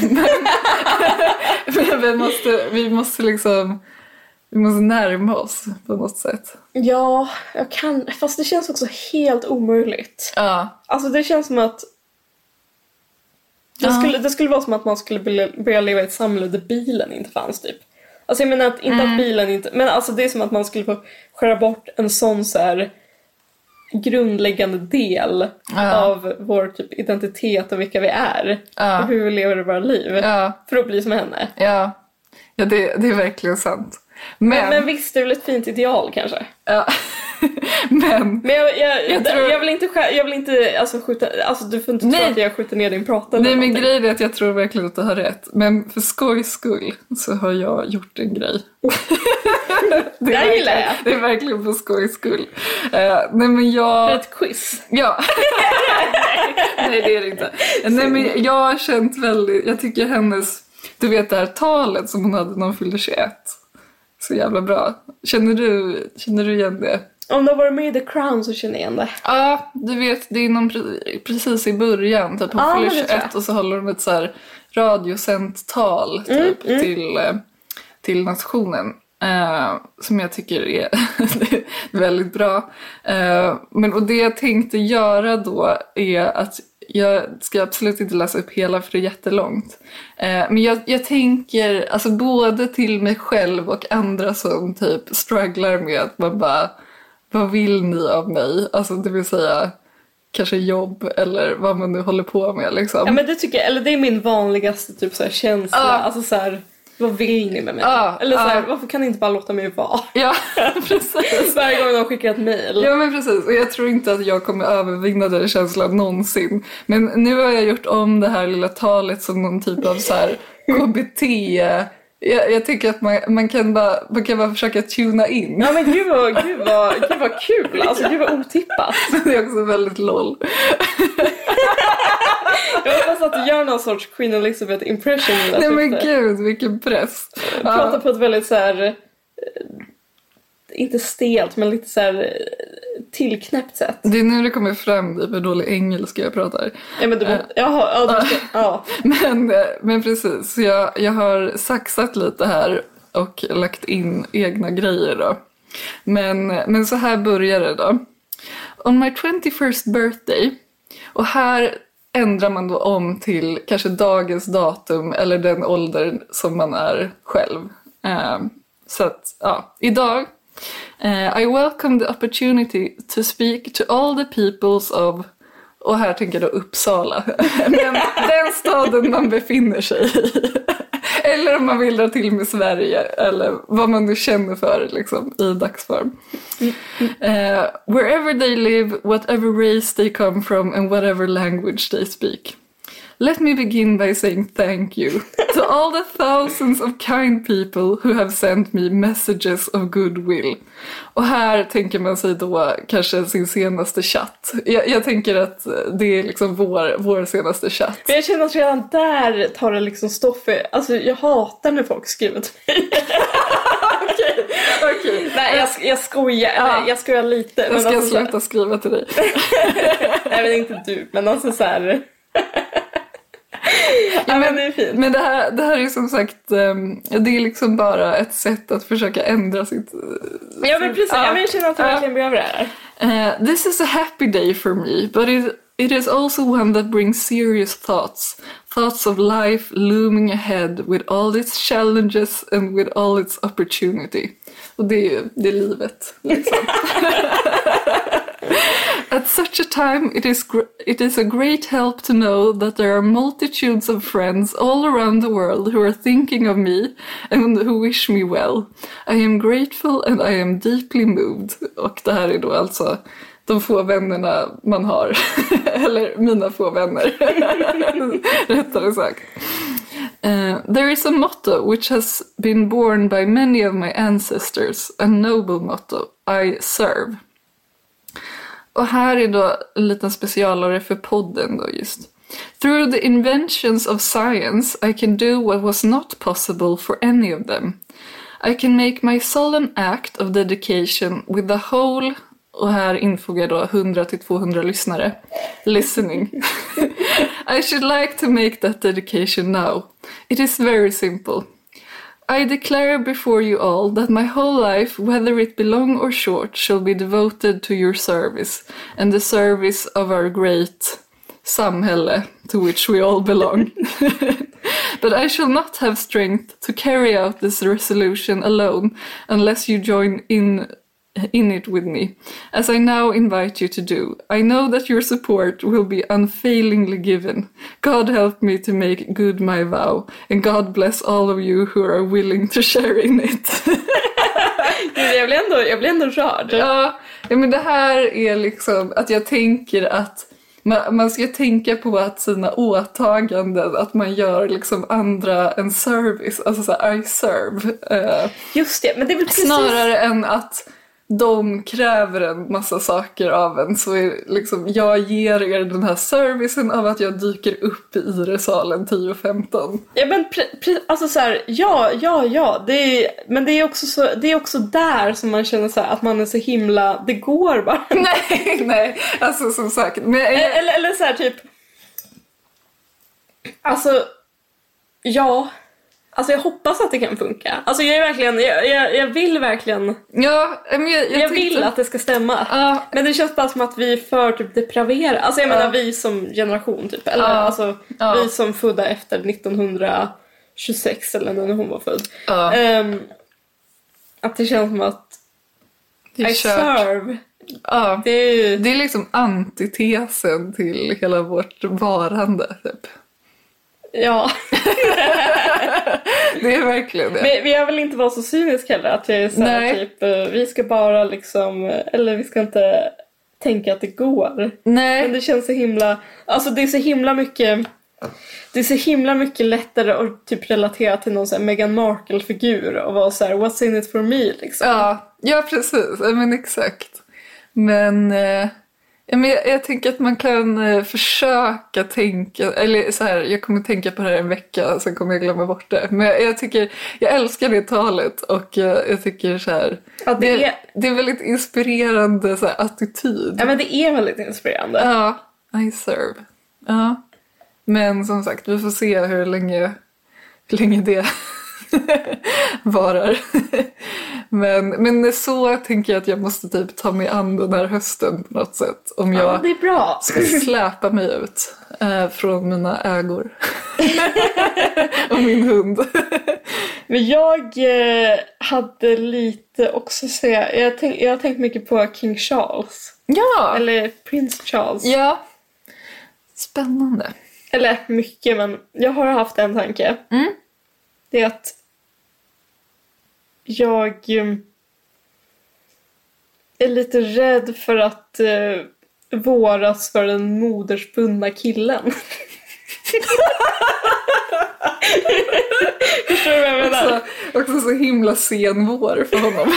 Men, men vi måste, vi måste liksom, vi måste närma oss på något sätt.
Ja, jag kan. Fast det känns också helt omöjligt.
Ja.
Alltså det känns som att... Det,
Ja.
skulle, det skulle vara som att man skulle bli- börja leva i ett samhälle där bilen inte fanns typ. Alltså jag menar att, inte att bilen inte... Men alltså det är som att man skulle få skära bort en sån så här grundläggande del
Ja.
av vår typ identitet och vilka vi är.
Ja.
Och hur vi lever våra liv.
ja.
För att bli som henne.
Ja, ja det, det är verkligen sant. Men,
Men,
men,
men visst, det är väl ett fint ideal kanske?
ja. men
Men jag, jag, jag,
Jag tror-
vill inte, skär, jag vill inte alltså, skjuta... Alltså, du får inte tro
Nej.
att jag skjuter ner din prata.
nej,
eller
men
någonting.
grejen är att jag tror verkligen att du har rätt. Men för skojs skull så har jag gjort en grej. det
här
verkligen-
gillar jag.
Det är verkligen för skojs skull. Eh, nej, men jag...
Det är ett quiz.
Ja. Nej, det är det inte. Nej, men jag har känt väldigt... Jag tycker hennes... Du vet det här talet som hon hade när hon fyllde 21. Så jävla bra. Känner du, känner du igen det?
Om du har varit med i The Crown så känner jag igen det.
Ja, du vet, det är någon pre- precis i början. Typ hon
Ja,
fyller
men det tror jag.
21 och så håller hon ett så här radiosänt tal typ, Till, eh, till nationen. eh, som jag tycker är väldigt bra. Eh, men, och det jag tänkte göra då är att jag ska absolut inte läsa upp hela för det är jättelångt. Eh, men jag, jag tänker alltså både till mig själv och andra som typ strugglar med att man bara vad vill ni av mig? Alltså det vill säga kanske jobb eller vad man nu håller på med liksom.
Ja, men det tycker jag, eller det är min vanligaste typ så här känsla.
Ja.
Alltså så här, vad vill ni med mig?
Ja,
eller så här,
ja.
varför kan ni inte bara låta mig vara?
Ja, precis.
Varje gång de skickar ett mejl.
Ja men precis, och jag tror inte att jag kommer övervinna den känslan någonsin. Men nu har jag gjort om det här lilla talet som någon typ av så här KBT. Jag, jag tycker att man, man, kan bara, man kan bara försöka tuna in.
Ja men gud vad, gud vad, gud vad kul, alltså gud vad otippat.
Det är också väldigt LOL.
Jag hoppas att du gör någon sorts Queen Elizabeth impression i det
Nej
här
men
syftet.
gud, vilken press.
Prata
Ja,
på ett väldigt så här eh, inte stelt men lite så här eh, tillknäppt sätt.
det är nu det kommer fram i hur dålig engelska jag pratar.
Ja men du, jaha, Eh, ja, du, ja.
Men, eh, men precis, så jag, jag har saxat lite här och lagt in egna grejer då. Men, men så här börjar det då. On my 21st birthday, och här ändrar man då om till kanske dagens datum eller den ålder som man är själv. Eh, så att, ja, idag eh, I welcome the opportunity to speak to all the peoples of och här tänker jag då Uppsala. Den, den staden man befinner sig i. Eller om man vill dra till med Sverige eller vad man nu känner för liksom, i dagsform. Eh, wherever they live, whatever race they come from and whatever language they speak. Let me begin by saying thank you to all the thousands of kind people who have sent me messages of goodwill. Och här tänker man sig då kanske sin senaste chatt. Jag, jag tänker att det är liksom vår, vår senaste chatt.
Men jag känner att redan där tar det liksom stoff i... Alltså jag hatar när folk skriver till mig.
Okej,
Nej jag, jag skojar, Nej, jag skojar lite.
jag ska
men alltså, så här-
sluta skriva till dig.
Nej men inte du, men alltså så här. ja men det är fint.
Men det här, det här är ju som sagt, ehm, det är liksom bara ett sätt att försöka ändra sitt...
Ja men precis,
Ja.
ja. men jag känner att jag
Ja.
verkligen behöver det här.
Eh, this is a happy day for me, but it, it is also one that brings serious thoughts. Thoughts of life looming ahead with all its challenges and with all its opportunity. Och det är ju, det är livet. At such a time, it is, gr- it is a great help to know that there are multitudes of friends all around the world who are thinking of me and who wish me well. I am grateful and I am deeply moved. Och det här är då alltså de få vännerna man har. Eller mina få vänner. Rättare sagt. Uh, there is a motto which has been borne by many of my ancestors, a noble motto, I serve. Och här är då en liten specialare för podden då just. Through the inventions of science I can do what was not possible for any of them. I can make my solemn act of dedication with the whole och här infogar jag då 100-200 lyssnare. Listening. I should like to make that dedication now. It is very simple. I declare before you all that my whole life, whether it be long or short, shall be devoted to your service and the service of our great samhälle to which we all belong. but I shall not have strength to carry out this resolution alone unless you join in in it with me, as I now invite you to do. I know that your support will be unfailingly given. God help me to make good my vow, and God bless all of you who are willing to share in it.
Jag blir ändå, jag blir ändå rörd.
ja, ja, men det här är liksom att jag tänker att man, man ska tänka på att sina åtaganden, att man gör liksom andra en service, alltså så här, I serve. eh,
Just det, men det är väl precis...
Snarare än att de kräver en massa saker av en så är det liksom, jag ger er den här servicen av att jag dyker upp i Iresalen 10.15.
Ja men pre- pre- alltså så här, ja, ja, ja. Det är, men det är, också så, det är också där som man känner så här, att man är så himla, det går bara.
Nej, nej, alltså som sagt. Men, eh,
Eller, eller så här typ... Alltså, ja. Alltså jag hoppas att det kan funka. Alltså jag är verkligen, jag, jag, jag vill verkligen,
ja, eh, men jag, jag,
jag,
tänkte-
vill att det ska stämma.
Ja,
Men det känns bara som att vi är för typ depraverade. Alltså jag menar vi som generation typ. Eller
Ja.
alltså
Ja.
vi som födda efter 1926 eller när hon var född.
Ja.
Ehm, att det känns som att
det är
I
kört.
serve.
Ja.
Det är ju...
Det är liksom antitesen till hela vårt varande. Typ.
Ja.
Det är verkligen det.
Men, men jag vill inte vara så cynisk heller. Att jag är så här,
Nej.
typ eh, vi ska bara liksom, eh, eller vi ska inte tänka att det går. Men
Nej,
det känns så himla, alltså det är så himla mycket det är så himla mycket lättare att typ relatera till någon sån här Meghan Markle-figur och vara så här: what's in it for me liksom.
Ja, ja precis. Ja, men exakt. Men, eh, ja, men jag, jag tänker att man kan eh, försöka tänka, eller så här, jag kommer tänka på det här en vecka sen kommer jag glömma bort det. Men jag, jag tycker, jag älskar det talet och eh, jag, jag tycker så här,
Ja, det
det,
är-
det är en väldigt inspirerande så här, attityd.
Ja men det är väldigt inspirerande.
Ja, I serve. Ja. Men som sagt, vi får se hur länge, hur länge det varar. men, men så tänker jag att jag måste typ ta mig an den här hösten på något sätt. Om jag
Ja, det är bra.
ska släpa mig ut eh, från mina ägor. och min hund.
Men jag eh, hade lite också säga, jag, tänk, jag har tänkt mycket på King Charles.
ja!
Eller Prins Charles.
ja. Spännande.
Eller mycket, men jag har haft en tanke.
Mm.
Det är att jag eh, är lite rädd för att eh, våras för den modersbundna killen. Förstår du vad jag menar?
Så, också så himla sen vår för honom.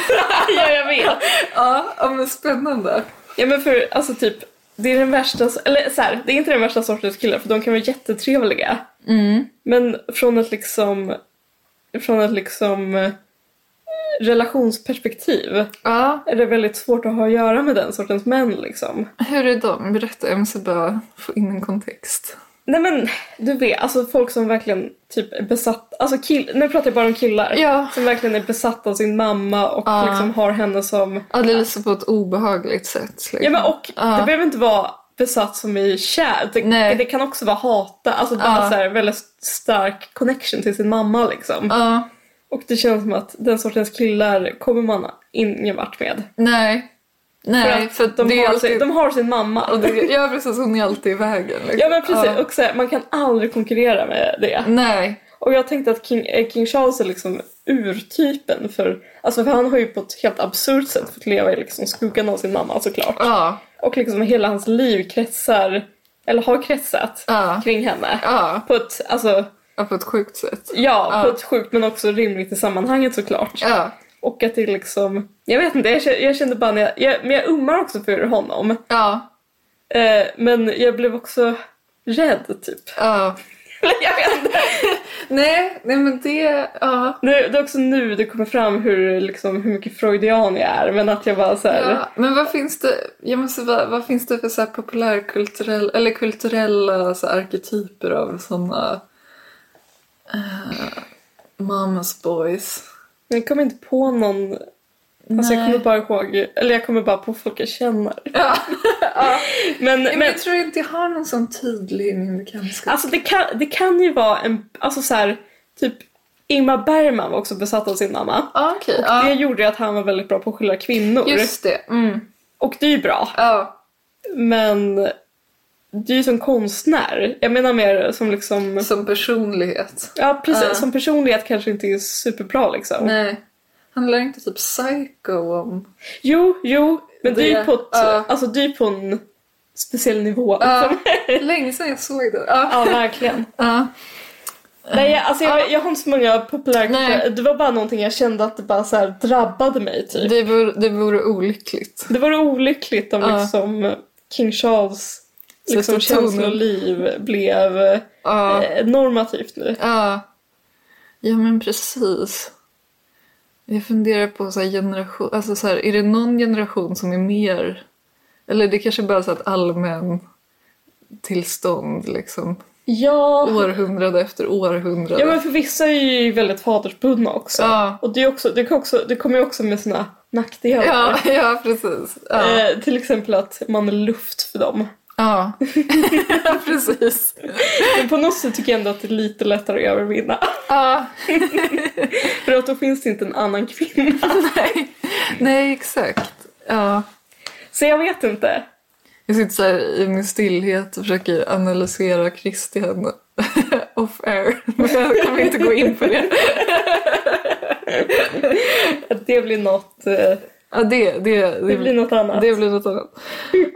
ja, jag vet.
ja, ja, men spännande.
Ja men för alltså typ, det är den värsta, eller så här, det är inte den värsta sortens killar för de kan vara jättetrevliga.
Mm.
Men från ett liksom, från ett liksom eh, relationsperspektiv
Ja,
är det väldigt svårt att ha att göra med den sortens män liksom.
hur är de? Berätta, jag måste bara få in en kontext.
Nej men du vet, alltså folk som verkligen typ är besatt, alltså kill, nu pratar jag bara om killar.
Ja.
Som verkligen är besatta av sin mamma och
Ja.
liksom har henne som
Ja, det är lite på ett obehagligt sätt. liksom.
Ja men och
Ja.
det behöver inte vara besatt som i kär. Det,
Nej.
det kan också vara hata. Alltså bara
Ja.
så här, väldigt stark connection till sin mamma liksom.
Ja,
Och det känns som att den sortens killar kommer man ingen vart med.
nej. Nej, för,
de,
det är
har
alltid...
sin, de har sin mamma.
och det, ja, precis. Hon är alltid i vägen. Liksom.
Ja men precis,
Ja. Mm.
och så här, man kan aldrig konkurrera med det.
Nej.
Och jag tänkte att King, eh, King Charles är liksom urtypen för, alltså för han har ju på ett helt absurt sätt fått leva i liksom skuggan av sin mamma såklart.
Ja,
Och liksom hela hans liv kretsar, eller har kretsat,
Ja.
kring henne.
ja.
På ett, alltså,
ja på ett sjukt sätt.
ja, på
Ja.
ett sjukt men också rimligt i sammanhanget såklart.
Ja,
Och att det liksom, jag vet inte, jag kände, jag kände bara när jag, jag, men jag ummar också för honom.
ja,
Eh, men jag blev också rädd typ.
ja.
Eller jag vet inte.
Nej, nej men det... Ja.
Det, det är också nu det kommer fram hur, liksom, hur mycket freudian jag är. Men att jag bara såhär,
Ja, men vad finns det, jag måste bara, vad finns det för så här populärkulturell, eller kulturella så här arketyper av såna eh, mamas boys?
jag kommer inte på någon. Alltså jag
Nej.
kommer bara ihåg, eller jag kommer bara på folk jag känner.
Ja.
Men,
Men,
men
jag tror inte jag har någon sån tydlig i min bekantskap.
Alltså det kan, det kan ju vara en, alltså så här, typ Ingmar Bergman var också besatt av sin mamma.
Ja, okej.
Det
Ja,
gjorde ju att han var väldigt bra på att skilja kvinnor.
just det. Mm.
Och det är ju bra.
Ja,
Men det är ju som konstnär. Jag menar mer som liksom,
som personlighet.
ja precis,
Ja.
som personlighet kanske inte är superbra liksom.
Nej. Handlar inte typ psycho om...
Jo, jo, men det, är ju
Det-
på ett,
ja.
alltså det är ju på en speciell nivå.
Ja,
Liksom.
länge sedan jag såg det. Ja.
Ja, verkligen.
Ja.
Nej, jag, alltså jag, jag har inte så många populära...
Nej.
Det var bara någonting jag kände att det bara så här drabbade mig typ.
Det, vore, det vore olyckligt.
Det vore olyckligt om
Ja.
liksom King Charles liksom,
Sätta tonen.
känsloliv blev eh,
Ja.
normativt nu.
Ja. Ja men precis. Jag funderar på så här generation, alltså så här, är det någon generation som är mer, eller det kanske bara är så här ett allmän tillstånd liksom.
Ja,
Århundrade efter århundrade.
ja men för vissa är ju väldigt fadersbundna också.
Ja.
Och det, är också, det, kan också, det kommer ju också med sina nackdelar.
ja, ja, precis. Ja,
Eh, till exempel att man är luft för dem.
ja. precis.
Men på något sätt tycker jag ändå att det är lite lättare att övervinna.
Ja,
För att då finns det inte en annan kvinna.
nej. nej, exakt. Ja.
Så jag vet inte.
Jag sitter så här i min stillhet och försöker analysera Christian off air. Men jag kommer inte gå in på det.
Att det blir något, eh,
Ja, det, det,
det blir något annat.
det blir något annat.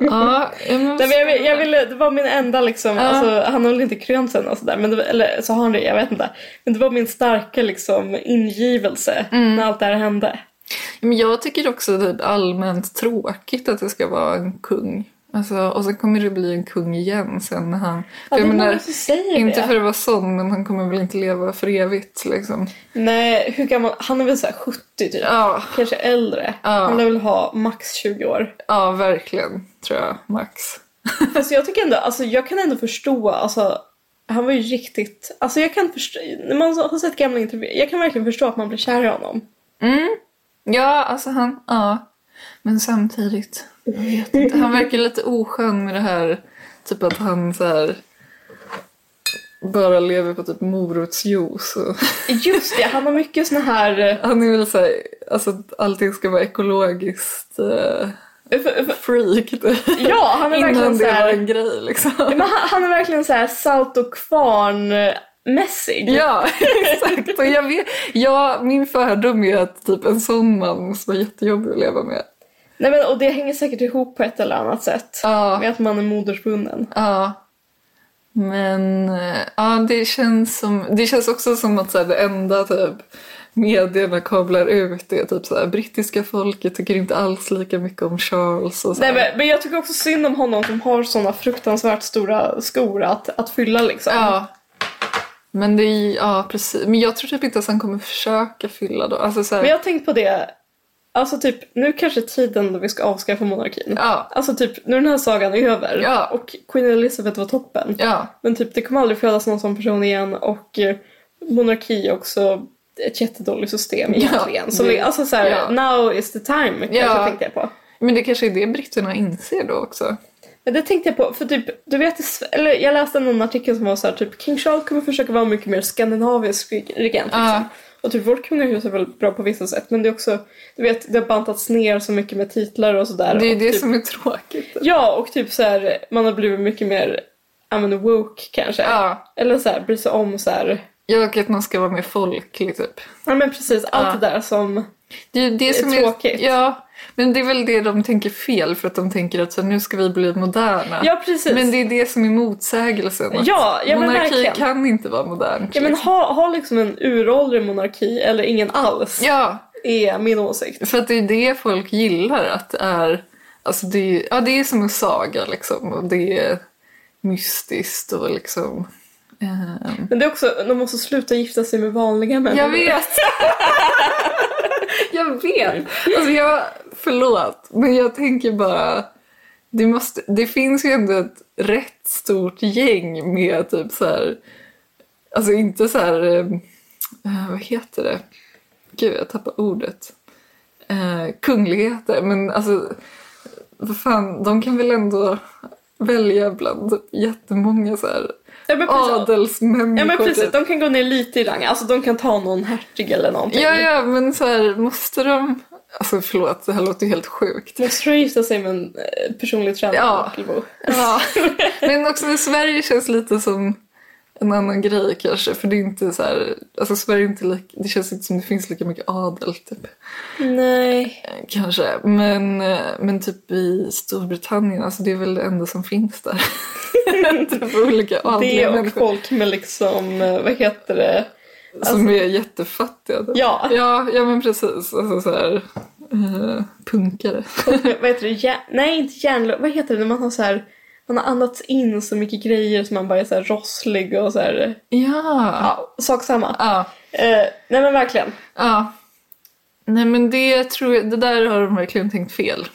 Ja, ja, men,
Nej, men jag, vill- jag ville, det var min enda liksom,
Ja.
alltså, han har väl inte krönt sen och sådär, men det, var- eller så har han det, jag vet inte. Men det var min starka liksom ingivelse när allt det här hände.
men jag tycker också det är allmänt tråkigt att det ska vara en kung. Alltså, och sen kommer det bli en kung igen sen när han...
Ja,
för
det
jag
är
menar,
många som säger
inte
det.
för att vara sån, men han kommer väl inte leva för evigt liksom.
Nej, hur gammal, han är väl såhär 70 typ,
Ja,
kanske äldre.
Ja.
Han lär väl ha max 20 år.
ja verkligen, tror jag, Max.
Fast jag tycker ändå, alltså jag kan ändå förstå alltså, Han var ju riktigt... Alltså jag kan förstå... När man har sett gamla intervjuer, jag kan verkligen förstå att man blir kär i honom.
Mm. Ja, alltså han... Ja. Men samtidigt... Jag vet inte. Han verkar lite oskön med det här. Typ att han så här... Bara lever på typ morotsjuice. Och
Just det, han har mycket såna här... eh,
han är väl så här... Alltså att allting ska vara ekologiskt eh,
f- f-
freak.
Ja, han är verkligen
Innan
så
det var
här...
en grej liksom.
Men han, han är verkligen så här salt och kvarn-mässig.
Ja, exakt. Och jag vet, ja, min fördom är att typ en sån man måste vara jättejobbig att leva med.
Nej, men, och det hänger säkert ihop på ett eller annat sätt.
Ja. Alltså.
Med att man är modersbunden.
Ja. Men eh, ja, det känns, som, det känns också som att så här, det enda typ, medierna kablar ut är typ så här, brittiska folket tycker inte alls lika mycket om Charles. Och så här.
Nej, men, men jag tycker också synd om honom som har såna fruktansvärt stora skor att, att fylla liksom.
Ja. Men det är, ja, precis. Men jag tror typ inte att han kommer försöka fylla då. Alltså, så här,
Men jag har tänkt på det, alltså typ nu kanske är tiden då vi ska avskaffa monarkin.
Ja.
Alltså typ nu är den här sagan är över
Ja.
och Queen Elizabeth var toppen.
ja.
Men typ det kommer aldrig födas någon sån person igen och eh, monarki är också ett jättedåligt system egentligen. Så
det-
vi, alltså såhär,
ja.
now is the time
Ja.
kanske tänkte jag på.
Men det kanske är det britterna inser då också.
Men det tänkte jag på, för typ, du vet, i Sve- eller jag läste någon artikel som var så här, typ King Charles kommer försöka vara mycket mer skandinavisk regent. Liksom.
Ja.
Och typ vårt kungahus är väl bra på vissa sätt men det är också, du vet, det har bantats ner så mycket med titlar och sådär.
Det är ju
Och
det
typ,
som är tråkigt.
Ja, och typ så här, man har blivit mycket mer, ja men woke kanske.
Ja.
Eller så här, bry sig om så här.
Jag tycker att man ska vara mer folklig typ.
Ja men precis, allt det där som...
Det är, ju det som är
tråkigt.
Ja, men det är väl det de tänker fel för att de tänker att så, här, nu ska vi bli moderna.
Ja precis.
Men det är det som är motsägelsen. att
Ja, ja, men
monarki
verkligen.
kan inte vara modernt.
Ja men
liksom.
ha, ha liksom en uråldrig monarki eller ingen alls
ja,
är min åsikt.
för att det är det folk gillar att det är... Alltså det, är- ja, det är som en saga liksom och det är mystiskt och liksom... ehm,
Men det är också, de måste sluta gifta sig med vanliga människor.
Jag vet! jag vet! Alltså jag, förlåt, men jag tänker bara... Det, måste, det finns ju ändå ett rätt stort gäng med typ så här... Alltså inte så här... eh, vad heter det? Gud, jag tappar ordet. Eh, kungligheter, men alltså... Vad fan, de kan väl ändå välja bland jättemånga så här
Ja, men precis.
adelsmänniskor.
Ja men
typ.
precis, de kan gå ner lite i rang. Alltså de kan ta någon hertig eller någonting.
Ja, ja, men så här, måste de... Alltså förlåt, det här låter ju helt sjukt.
Måste du gifta sig med en eh, personlig tränare?
Ja.
Ockelbo?
Ja. Men också i Sverige känns lite som en annan grej kanske. För det är inte så här... Alltså Sverige är inte lika... Det känns inte som det finns lika mycket adel typ.
Nej.
Eh, Kanske. Men, eh, men typ i Storbritannien, alltså det är väl det enda som finns där. typ olika
Det
adliga
och
människor
folk med liksom, eh, vad heter det?
som är jättefattiga. typ.
Ja.
ja, ja men precis. Alltså så här... eh, punkare.
vad heter det? Jär... Nej inte hjärnlös. Vad heter det när man har så här, man har andats in så mycket grejer som man bara är så här rosslig och så här,
Ja.
ja, sak samma.
ja.
Eh, nej men verkligen.
Ja. Nej men det tror jag, det där har de verkligen tänkt fel.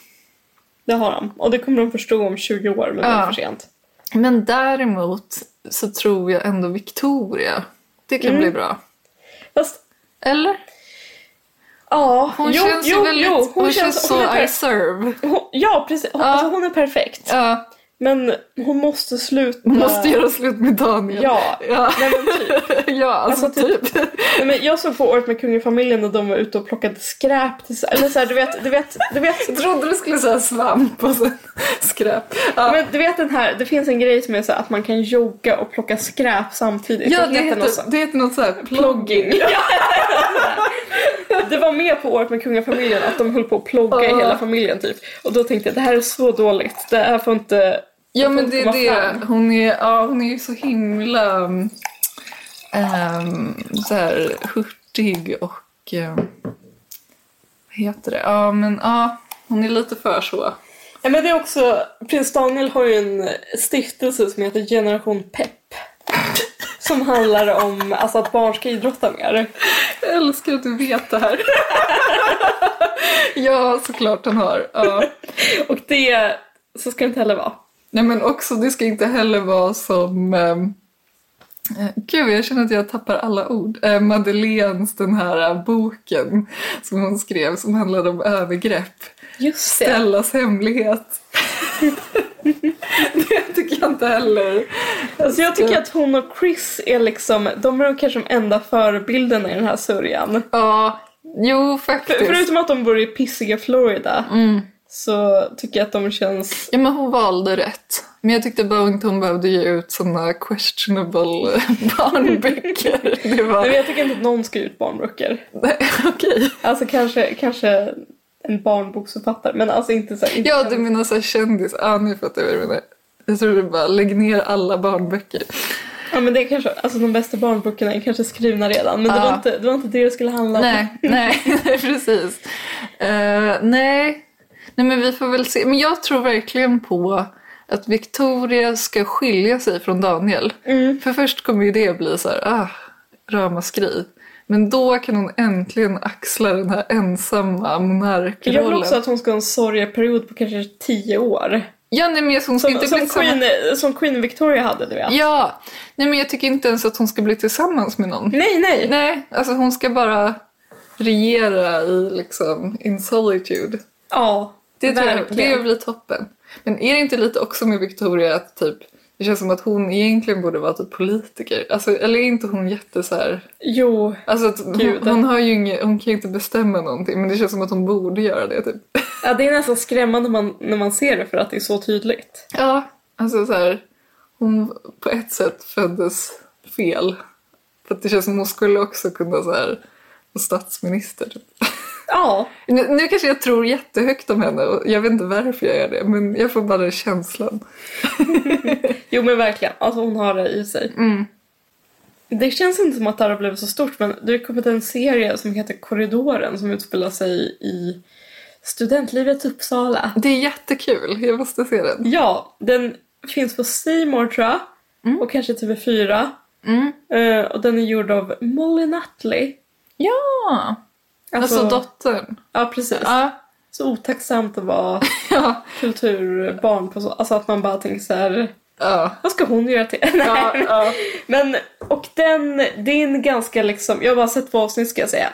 Det har de. Och det kommer de förstå om 20 år men det är
Ja.
för sent.
Men däremot så tror jag ändå Victoria, det kan bli bra.
Fast
Eller?
ja,
Hon
jo,
känns ju
jo,
väldigt,
jo,
hon, känns,
hon är
så
per-
I serve.
Hon, ja, precis. Hon,
Ja.
Alltså, hon är perfekt.
Ja,
Men hon måste sluta...
hon måste göra slut med Daniel.
Ja.
Ja,
Nej, men typ.
ja alltså,
Alltså,
typ.
Nej, men jag såg på Året med kungafamiljen och de var ute och plockade skräp. Till, eller så här, du vet, du vet, du vet.
Jag trodde du skulle säga svamp och sen skräp. Ja,
Men du vet den här, det finns en grej som är så här, att man kan jogga och plocka skräp samtidigt.
ja det,
något
heter,
sånt.
det heter något så här
Plogging. det var med på Året med kungafamiljen att de höll på att plogga i
Ja.
hela familjen typ. Och då tänkte jag det här är så dåligt. Det här får inte...
Ja
får
men
inte
det är
komma
det.
fram.
Hon är, ja, hon är ju så himla um, så här, hurtig och ehm, vad heter det? Ja men ja, hon är lite för så.
Ja, men det är också, prins Daniel har ju en stiftelse som heter Generation Pepp. Som handlar om alltså, att barn ska idrotta mer.
Jag älskar att du vet det här. ja, såklart hon har. Ja.
Och det, så ska det inte heller vara.
Nej men också, det ska inte heller vara som ehm, Eh, Gud, jag känner att jag tappar alla ord. Eh, Madeleines, den här eh, boken som hon skrev som handlade om övergrepp.
Just det.
Stellas hemlighet. det tycker jag inte heller.
Alltså jag tycker att hon och Chris är liksom, de är kanske de enda förebilderna i den här sörjan.
Ja, jo
För,
faktiskt. Mm.
förutom att de bor i pissiga Florida så tycker jag att de känns...
Ja, men hon valde rätt. Men jag tyckte bara inte hon behövde ge ut såna questionable barnböcker. Det var...
Nej, men jag tycker inte att någon ska ge ut barnböcker.
Nej, Okej.
Alltså kanske, kanske en barnboksförfattare men alltså inte så här, inte
Ja, du menar så här kändis. Ja, nu fattar jag vad du menar. Jag tror du bara lägg ner alla barnböcker.
Ja men det är kanske, alltså de bästa barnböckerna är kanske skrivna redan men det,
Ja.
var inte, det var inte det det skulle handla om.
Nej, nej, precis. Eh, nej. nej, men vi får väl se. Men jag tror verkligen på att Victoria ska skilja sig från Daniel.
Mm.
För först kommer ju det bli så här, ah, ramaskri. Men då kan hon äntligen axla den här ensamma monarkrollen.
Jag vill också att hon ska ha en sorgeperiod på kanske tio år.
Ja, nej, men hon
Som,
ska inte
som,
bli
Queen,
tillsammans.
som Queen Victoria hade du vet.
Ja, nej, men jag tycker inte ens att hon ska bli tillsammans med någon.
Nej, nej.
Nej, alltså hon ska bara regera i liksom in solitude.
Ja,
Det, tror jag,
verkligen.
det blir toppen. Men är det inte lite också med Victoria att typ det känns som att hon egentligen borde vara typ politiker. Alltså, eller är inte hon jätte så här...
Jo,
Alltså att hon,
Gud.
hon, har ju inget, hon kan ju inte bestämma någonting men det känns som att hon borde göra det typ.
ja, det är nästan skrämmande man, när man ser det för att det är så tydligt.
Ja, alltså så här... Hon på ett sätt föddes fel. För att det känns som hon skulle också kunna så här vara statsminister. Typ.
Ja,
Nu, nu kanske jag tror jättehögt om henne och jag vet inte varför jag gör det men jag får bara den känslan.
jo men verkligen. Alltså hon har det i sig. Det känns inte som att det här har blivit så stort men det har kommit en serie som heter Korridoren som utspelar sig i studentlivet Uppsala.
Det är jättekul, jag måste se den.
Ja, den finns på Seymour tror jag. Och kanske TV4. Eh, och den är gjord av Molly Nutley.
Ja! Alltså, dottern.
Ja, precis.
Ja.
Så otacksamt att vara
Ja.
kulturbarn på så. Alltså att man bara tänker så här.
Ja.
Vad ska hon göra till? Nej.
ja, ja.
Men, och den, det är en ganska liksom, jag har bara sett två avsnitt ska jag säga.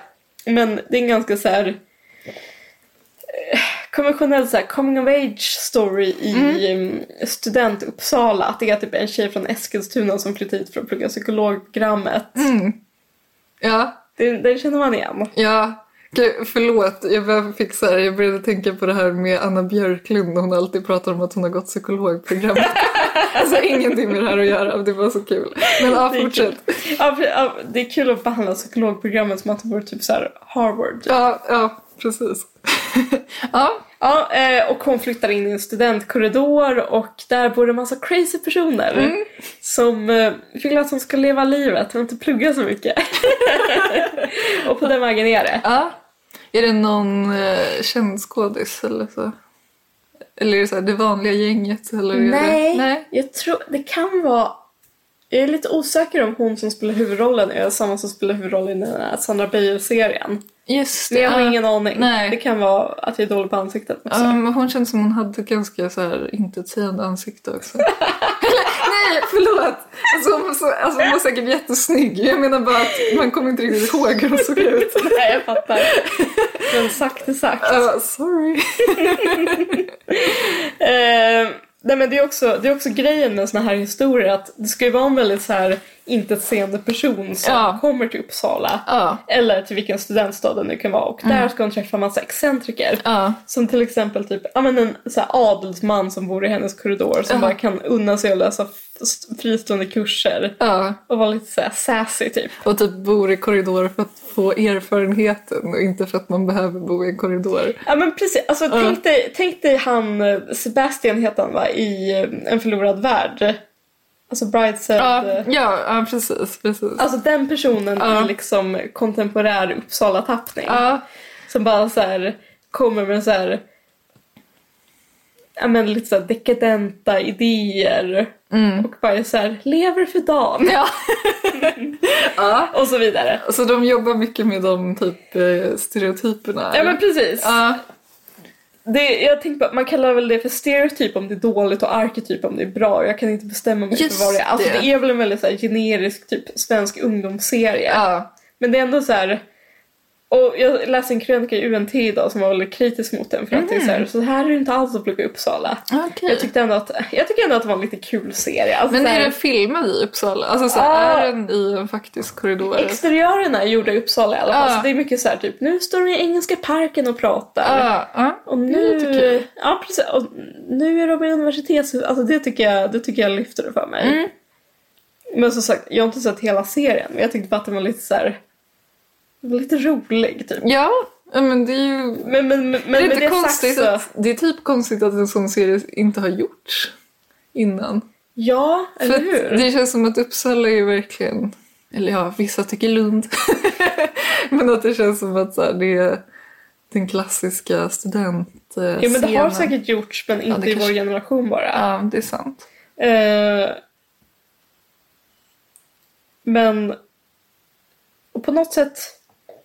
Men det är en ganska så här eh, konventionell så här, coming of age story i mm. student Uppsala. Att det är typ en tjej från Eskilstuna som flyttar hit för att plugga psykologprogrammet.
ja.
Det, det känner man igen.
ja. Gud, förlåt, jag, bara fick så här, jag började tänka på det här med Anna Björklund. Hon alltid pratar om att hon har gått psykologprogrammet. alltså ingenting med det här att göra, det var så kul. Men ja,
Det är kul.
fortsätt.
Ja, för- ja, det är kul att behandla psykologprogrammet som att det vore typ så här Harvard.
Ja, ja, precis. ja,
Ja, eh, och hon flyttar in i en studentkorridor och där bor en massa crazy personer som eh, vill att hon ska leva livet och inte plugga så mycket. och på den vägen är det.
Ja. Är det någon eh, känd skådis eller så? Eller är det så här, det vanliga gänget? Eller är Det? Nej.
jag tror det kan vara... Jag är lite osäker om hon som spelar huvudrollen är samma som spelar huvudrollen i den här Sandra Beijer-serien.
Just det.
Men jag har
ja.
ingen aning.
nej.
Det kan vara att jag är dålig på ansiktet också.
Ja, men hon känns som hon hade ett ganska så här intetsägande ansikte också. Eller, nej, förlåt! Alltså hon, var så, alltså hon var säkert jättesnygg. Jag menar bara att man kommer inte riktigt ihåg hur hon såg ut.
Nej, jag fattar. Men sagt är sagt.
Ja, Uh, sorry.
Eh, nej men det är, också, det är också grejen med såna här historier att det ska ju vara en väldigt så här intetseende person som
Ja.
kommer till Uppsala
Ja.
eller till vilken studentstad det nu kan vara och
Mm.
där ska hon träffa massa excentriker.
Ja.
Som till exempel typ, ja, men en så här adelsman som bor i hennes korridor som bara kan unna sig att läsa f- fristående kurser
Ja.
och vara lite så här sassy typ.
Och typ bor i korridorer för att få erfarenheten och inte för att man behöver bo i en korridor.
Ja men precis, alltså,
Mm.
tänk, dig, tänk dig han eh, Sebastian heter han va, i eh, En förlorad värld. Alltså Brideshead.
Ja,
eh,
ja, ja precis. precis.
Alltså den personen
Ja.
i liksom kontemporär Uppsala-tappning.
ja,
Som bara så här kommer med så här... Ja men lite så här dekadenta idéer.
Mm.
Och bara så här lever för dagen.
Ja. ja.
Och så vidare.
Så de jobbar mycket med de typ eh, stereotyperna?
Ja
eller?
men precis.
ja.
Det, jag tänker på, att man kallar väl det för stereotyp om det är dåligt och arketyp om det är bra. Jag kan inte bestämma mig
Just
för vad det är. Alltså,
det.
det är väl en väldigt så här, generisk typ svensk ungdomsserie.
Ja.
Men det är ändå så här... Och jag läste en krönika i UNT idag som var väldigt kritisk mot den för att det är så
Mm.
här, så här är det inte alls att plugga i Uppsala.
Okej.
Jag tyckte ändå att, jag tycker ändå att det var en lite kul serie. Alltså,
Men
så här,
är den filmad i Uppsala? Alltså så
Ah.
är den i en faktisk korridor?
Exteriörerna är gjorda i Uppsala i alla fall.
Ja.
Så det är mycket så här typ, nu står de i Engelska parken och pratar.
Ja, ja.
Och
Det är lite
nu,
kul.
ja, precis, och nu är de i universitets... Alltså det tycker jag, det tycker jag lyfter det för mig.
Mm.
Men som sagt, jag har inte sett hela serien. Men jag tyckte bara att den var lite så här, lite rolig typ.
Ja, ja, men det är ju...
Men, men, men,
Det
men med
är, inte
det
konstigt
sagt så...
att, det är typ konstigt att en sån serie inte har gjorts innan.
Ja, eller
För
hur?
att det känns som att Uppsala är ju verkligen... Eller ja, vissa tycker Lund. men att det känns som att så här, det är den klassiska studentscenen.
ja, men det har säkert gjorts, men inte
det
i vår
kanske-
generation bara.
Ja, det är sant.
Eh, men... Och på något sätt...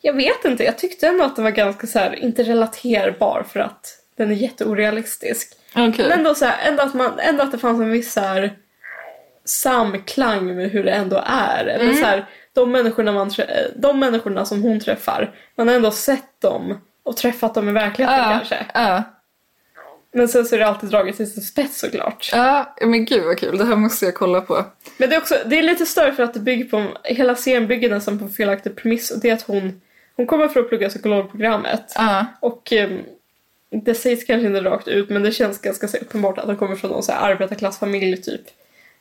Jag vet inte. Jag tyckte ändå att den var ganska så här, inte relaterbar för att den är jätteorealistisk.
Okej.
Men ändå, så här, ändå, att man, ändå att det fanns en viss så här, samklang med hur det ändå är. Eller
Mm.
så här, de, människorna man, trä- eh, de människorna som hon träffar, man har ändå sett dem och träffat dem i verkligheten
Ja,
kanske.
ja.
Men sen så är det alltid draget till sin spets såklart.
Ja, men gud vad kul. Det här måste jag kolla på.
Men det är, också, det är lite större för att det bygger på, hela serien bygger nästan på en felaktig premiss och det är att hon, hon kommer för att plugga psykologprogrammet.
Ja.
Och ehm, det sägs kanske inte rakt ut men det känns ganska så uppenbart att hon kommer från någon så här arbetarklassfamilj typ.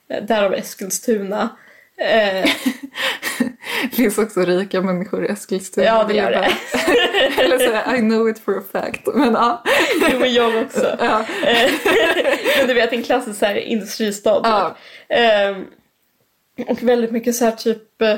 Eh, Därav Eskilstuna. Eh,
Det finns också rika människor i Eskilstuna.
ja det gör det.
Eller så här, I know it for a fact. Men ja.
Jo men jag också.
ja.
Eh, men du vet en klassisk så här industristad. typ.
Ja.
Ehm, och väldigt mycket så här typ eh,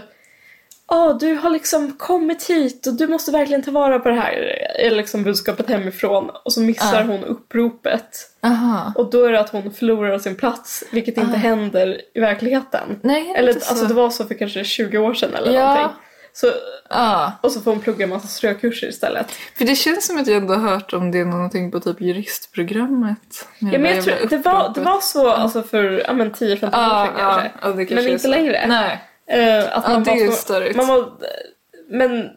Ja, du har liksom kommit hit och du måste verkligen ta vara på det här. Är liksom budskapet hemifrån. Och så missar
Ja.
hon uppropet.
Aha.
Och då är det att hon förlorar sin plats, vilket inte
Ah.
händer i verkligheten.
Nej, det är
Eller
inte så.
alltså det var så för kanske 20 år sedan eller
Ja.
någonting. Så,
Ja.
och så får hon plugga en massa strökurser istället.
För det känns som att jag ändå har hört om det är någonting på typ juristprogrammet. Med
Ja,
det
men
där
jag tror, det,
jävla
var, det
uppropet. Ah,
var så alltså, för ja, men 10-15 år
Ja,
sedan
ja,
kanske.
ja, det kanske
men
är
inte
så.
längre.
Nej.
Eh, att
Ja,
man
det
bara
är ju
får-
störigt.
Man var, men,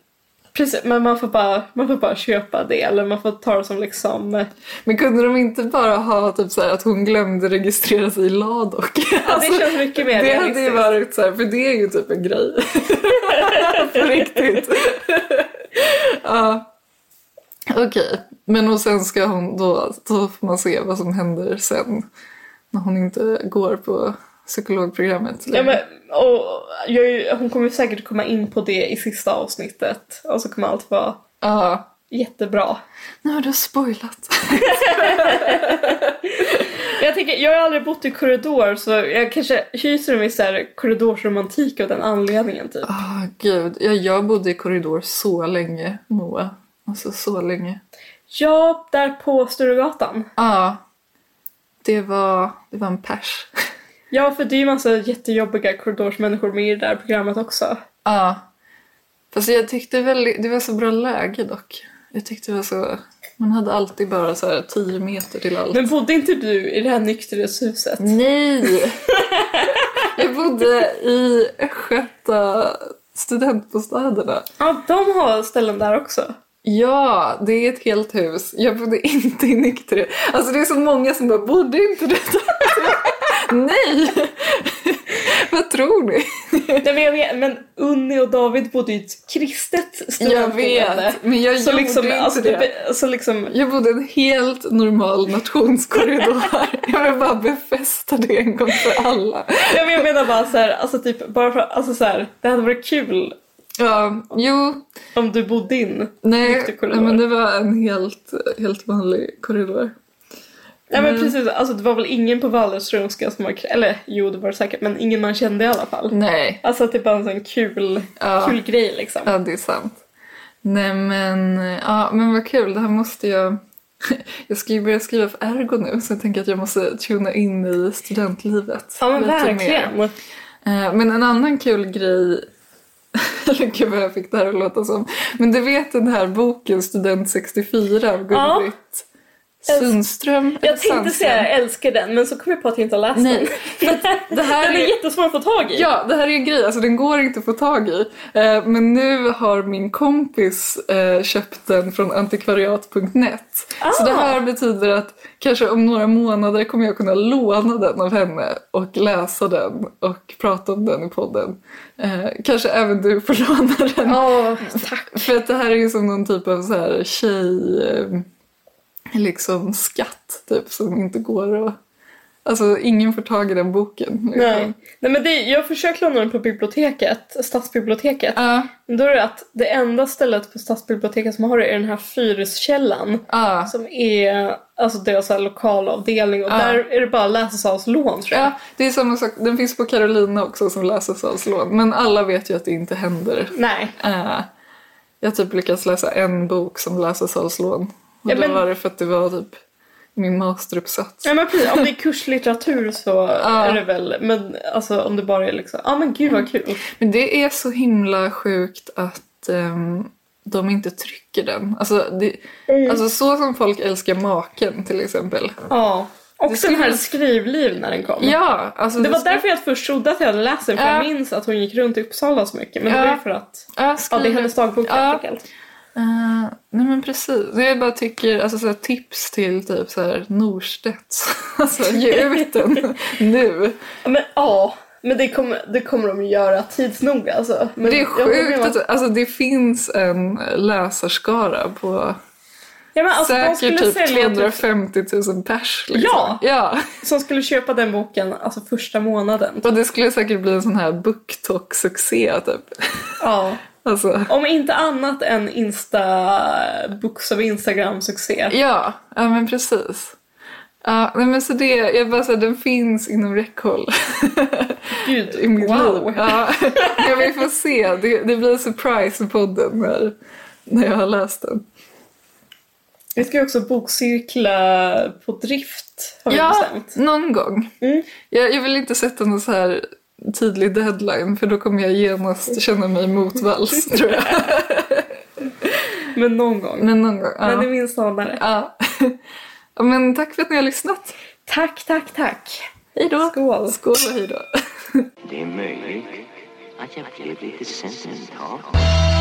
precis, men man får, bara, man får bara köpa det eller man får ta det som liksom... eh,
Men kunde de inte bara ha typ så här att hon glömde registrera sig i Ladok? Alltså,
Ja, det känns mycket mer
Det hade ju
realistiskt.
varit så här, för det är ju typ en grej. På riktigt. ja. Okej, men och sen ska hon då, då får man se vad som händer sen när hon inte går på psykologprogrammet.
Ja,
längre.
men, och, jag, är ju- hon kommer säkert komma in på det i sista avsnittet och så kommer allt vara
ja.
jättebra.
Nu har du spoilat.
Jag, tänker, jag har aldrig bott i korridor så jag kanske hyser en viss så här korridorsromantik av den anledningen. Typ.
Ah gud, ja, jag bodde i korridor så länge, Moa. Alltså så länge.
Ja, där på Sturegatan.
Ja, det var, det var en pers.
Ja, för det är ju massa jättejobbiga korridorsmänniskor med i det där programmet också.
Ja. Fast jag tyckte väl, det var så bra läge dock. Jag tyckte det var så, man hade alltid bara så här 10 meter till allt.
Men bodde inte du i det här nykterhetshuset?
Nej! jag bodde i Östgöta studentbostäderna.
Ja, de har ställen där också.
Ja, det är ett helt hus. Jag bodde inte i nykterhet. Alltså det är så många som bara, bodde inte du där?" Nej! Vad tror ni?
Nej, men, jag vet, men Unni och David bodde i ett kristet
Jag vet, men jag
Så
gjorde
liksom,
inte
alltså,
det.
det. Så liksom,
Jag bodde i en helt normal nationskorridor. Jag vill bara befästa det en gång för alla.
jag men- jag menar bara så här, alltså typ, bara för, alltså så här, det hade varit kul
Ja, jo,
om du bodde in.
nej,
Riktig korridor.
men det var en helt, helt vanlig korridor.
Nej men
Mm.
precis, alltså det var väl ingen på Wallerströmska som var, eller jo det var det säkert, men ingen man kände i alla fall.
Nej,
Alltså att det bara en sån kul,
Mm. Ja.
kul grej liksom.
ja det är sant. Nej men, ja men vad kul, det här måste jag... Jag ska ju börja skriva för Ergo nu så jag tänker att jag måste tuna in i studentlivet.
Ja men
lite mer.
verkligen.
Eh, Men en annan kul grej, eller gud vad jag fick det här att låta som, men du vet den här boken Student 64 av
Ja.
Gun-Britt Sundström?
Jag tänkte säga jag älskar den men så kom jag på att jag inte har läst
Nej,
den.
det här
den är
är-
jättesvår att få tag i.
Ja, det här är ju en grej. Alltså, den går inte att få tag i. Eh, men nu har min kompis eh, köpt den från antikvariat.net. Så
Ah.
det här betyder att kanske om några månader kommer jag kunna låna den av henne och läsa den och prata om den i podden. Eh, kanske även du får låna den.
Åh,
För att det här är ju som någon typ av så här tjej... Eh, liksom skatt typ som inte går att... Alltså ingen får tag i den boken. Liksom.
Nej. Nej, men det, jag försökte låna den på biblioteket, stadsbiblioteket.
Ja,
Men Då är det att det enda stället på stadsbiblioteket som har det är den här Fyreskällan.
ja.
Som är alltså deras så här lokalavdelning och
Ja.
där är det bara läsesalslån tror jag.
Ja, det är samma sak. Den finns på Carolina också som läsesalslån. Men alla vet ju att det inte händer.
Nej.
Eh, jag har typ lyckats läsa en bok som läsesalslån. Och
Ja, men-
då var det för att det var typ min masteruppsats.
Ja, men precis, om det är kurslitteratur så är det väl, men alltså om det bara är liksom, ja ah, men gud vad kul.
Men det är så himla sjukt att ehm, de inte trycker den. Alltså, det,
Mm.
alltså så som folk älskar maken till exempel.
Ja. Och
skulle
den här
väl-
Skrivliv när den kom.
Ja, alltså
Det var
skulle-
därför jag först trodde att jag hade läst den, för jag
Ja.
minns att hon gick runt i Uppsala så mycket. Men det
Ja.
var ju för att, Mhm.
Ja,
ja det är
skriver-
hennes dagbok
Ja.
helt enkelt.
Eh, nej men precis. Jag bara tycker, alltså så här, tips till typ så här Norstedts. Alltså ge ut den nu.
Men ja, men det kommer, det kommer de ju göra tids nog alltså. Men
Det är
jag håller med
sjukt
om att-
att alltså, det finns en läsarskara på
ja, men alltså, de skulle
säkert typ
sälja
250 000 pers. Liksom.
Ja!
ja!
som skulle köpa den boken alltså första månaden.
Och det skulle säkert bli en sån här booktalk-succé typ.
Ja.
Alltså,
Om inte annat än Insta Books of Instagram-succé.
ja, ja men precis. Ja, nej men så det, jag bara säger den finns inom räckhåll.
Gud,
i mitt
wow.
liv. Ja, jag vill få se. Det, det blir en surprise i podden när, när jag har läst den.
Vi ska ju också bokcirkla på drift, har vi bestämt.
någon gång.
Mm.
Jag, jag vill inte sätta någon så här tydlig deadline för då kommer jag genast känna mig motvalls tror jag.
Men någon gång.
Men någon gång.
Men det
Ja.
minns snarare.
Ja. Ja, men tack för att ni har lyssnat.
Tack, tack, tack.
Hej då.
Skål.
Skål och hej då.
Det är möjligt att jag blev lite sentimental.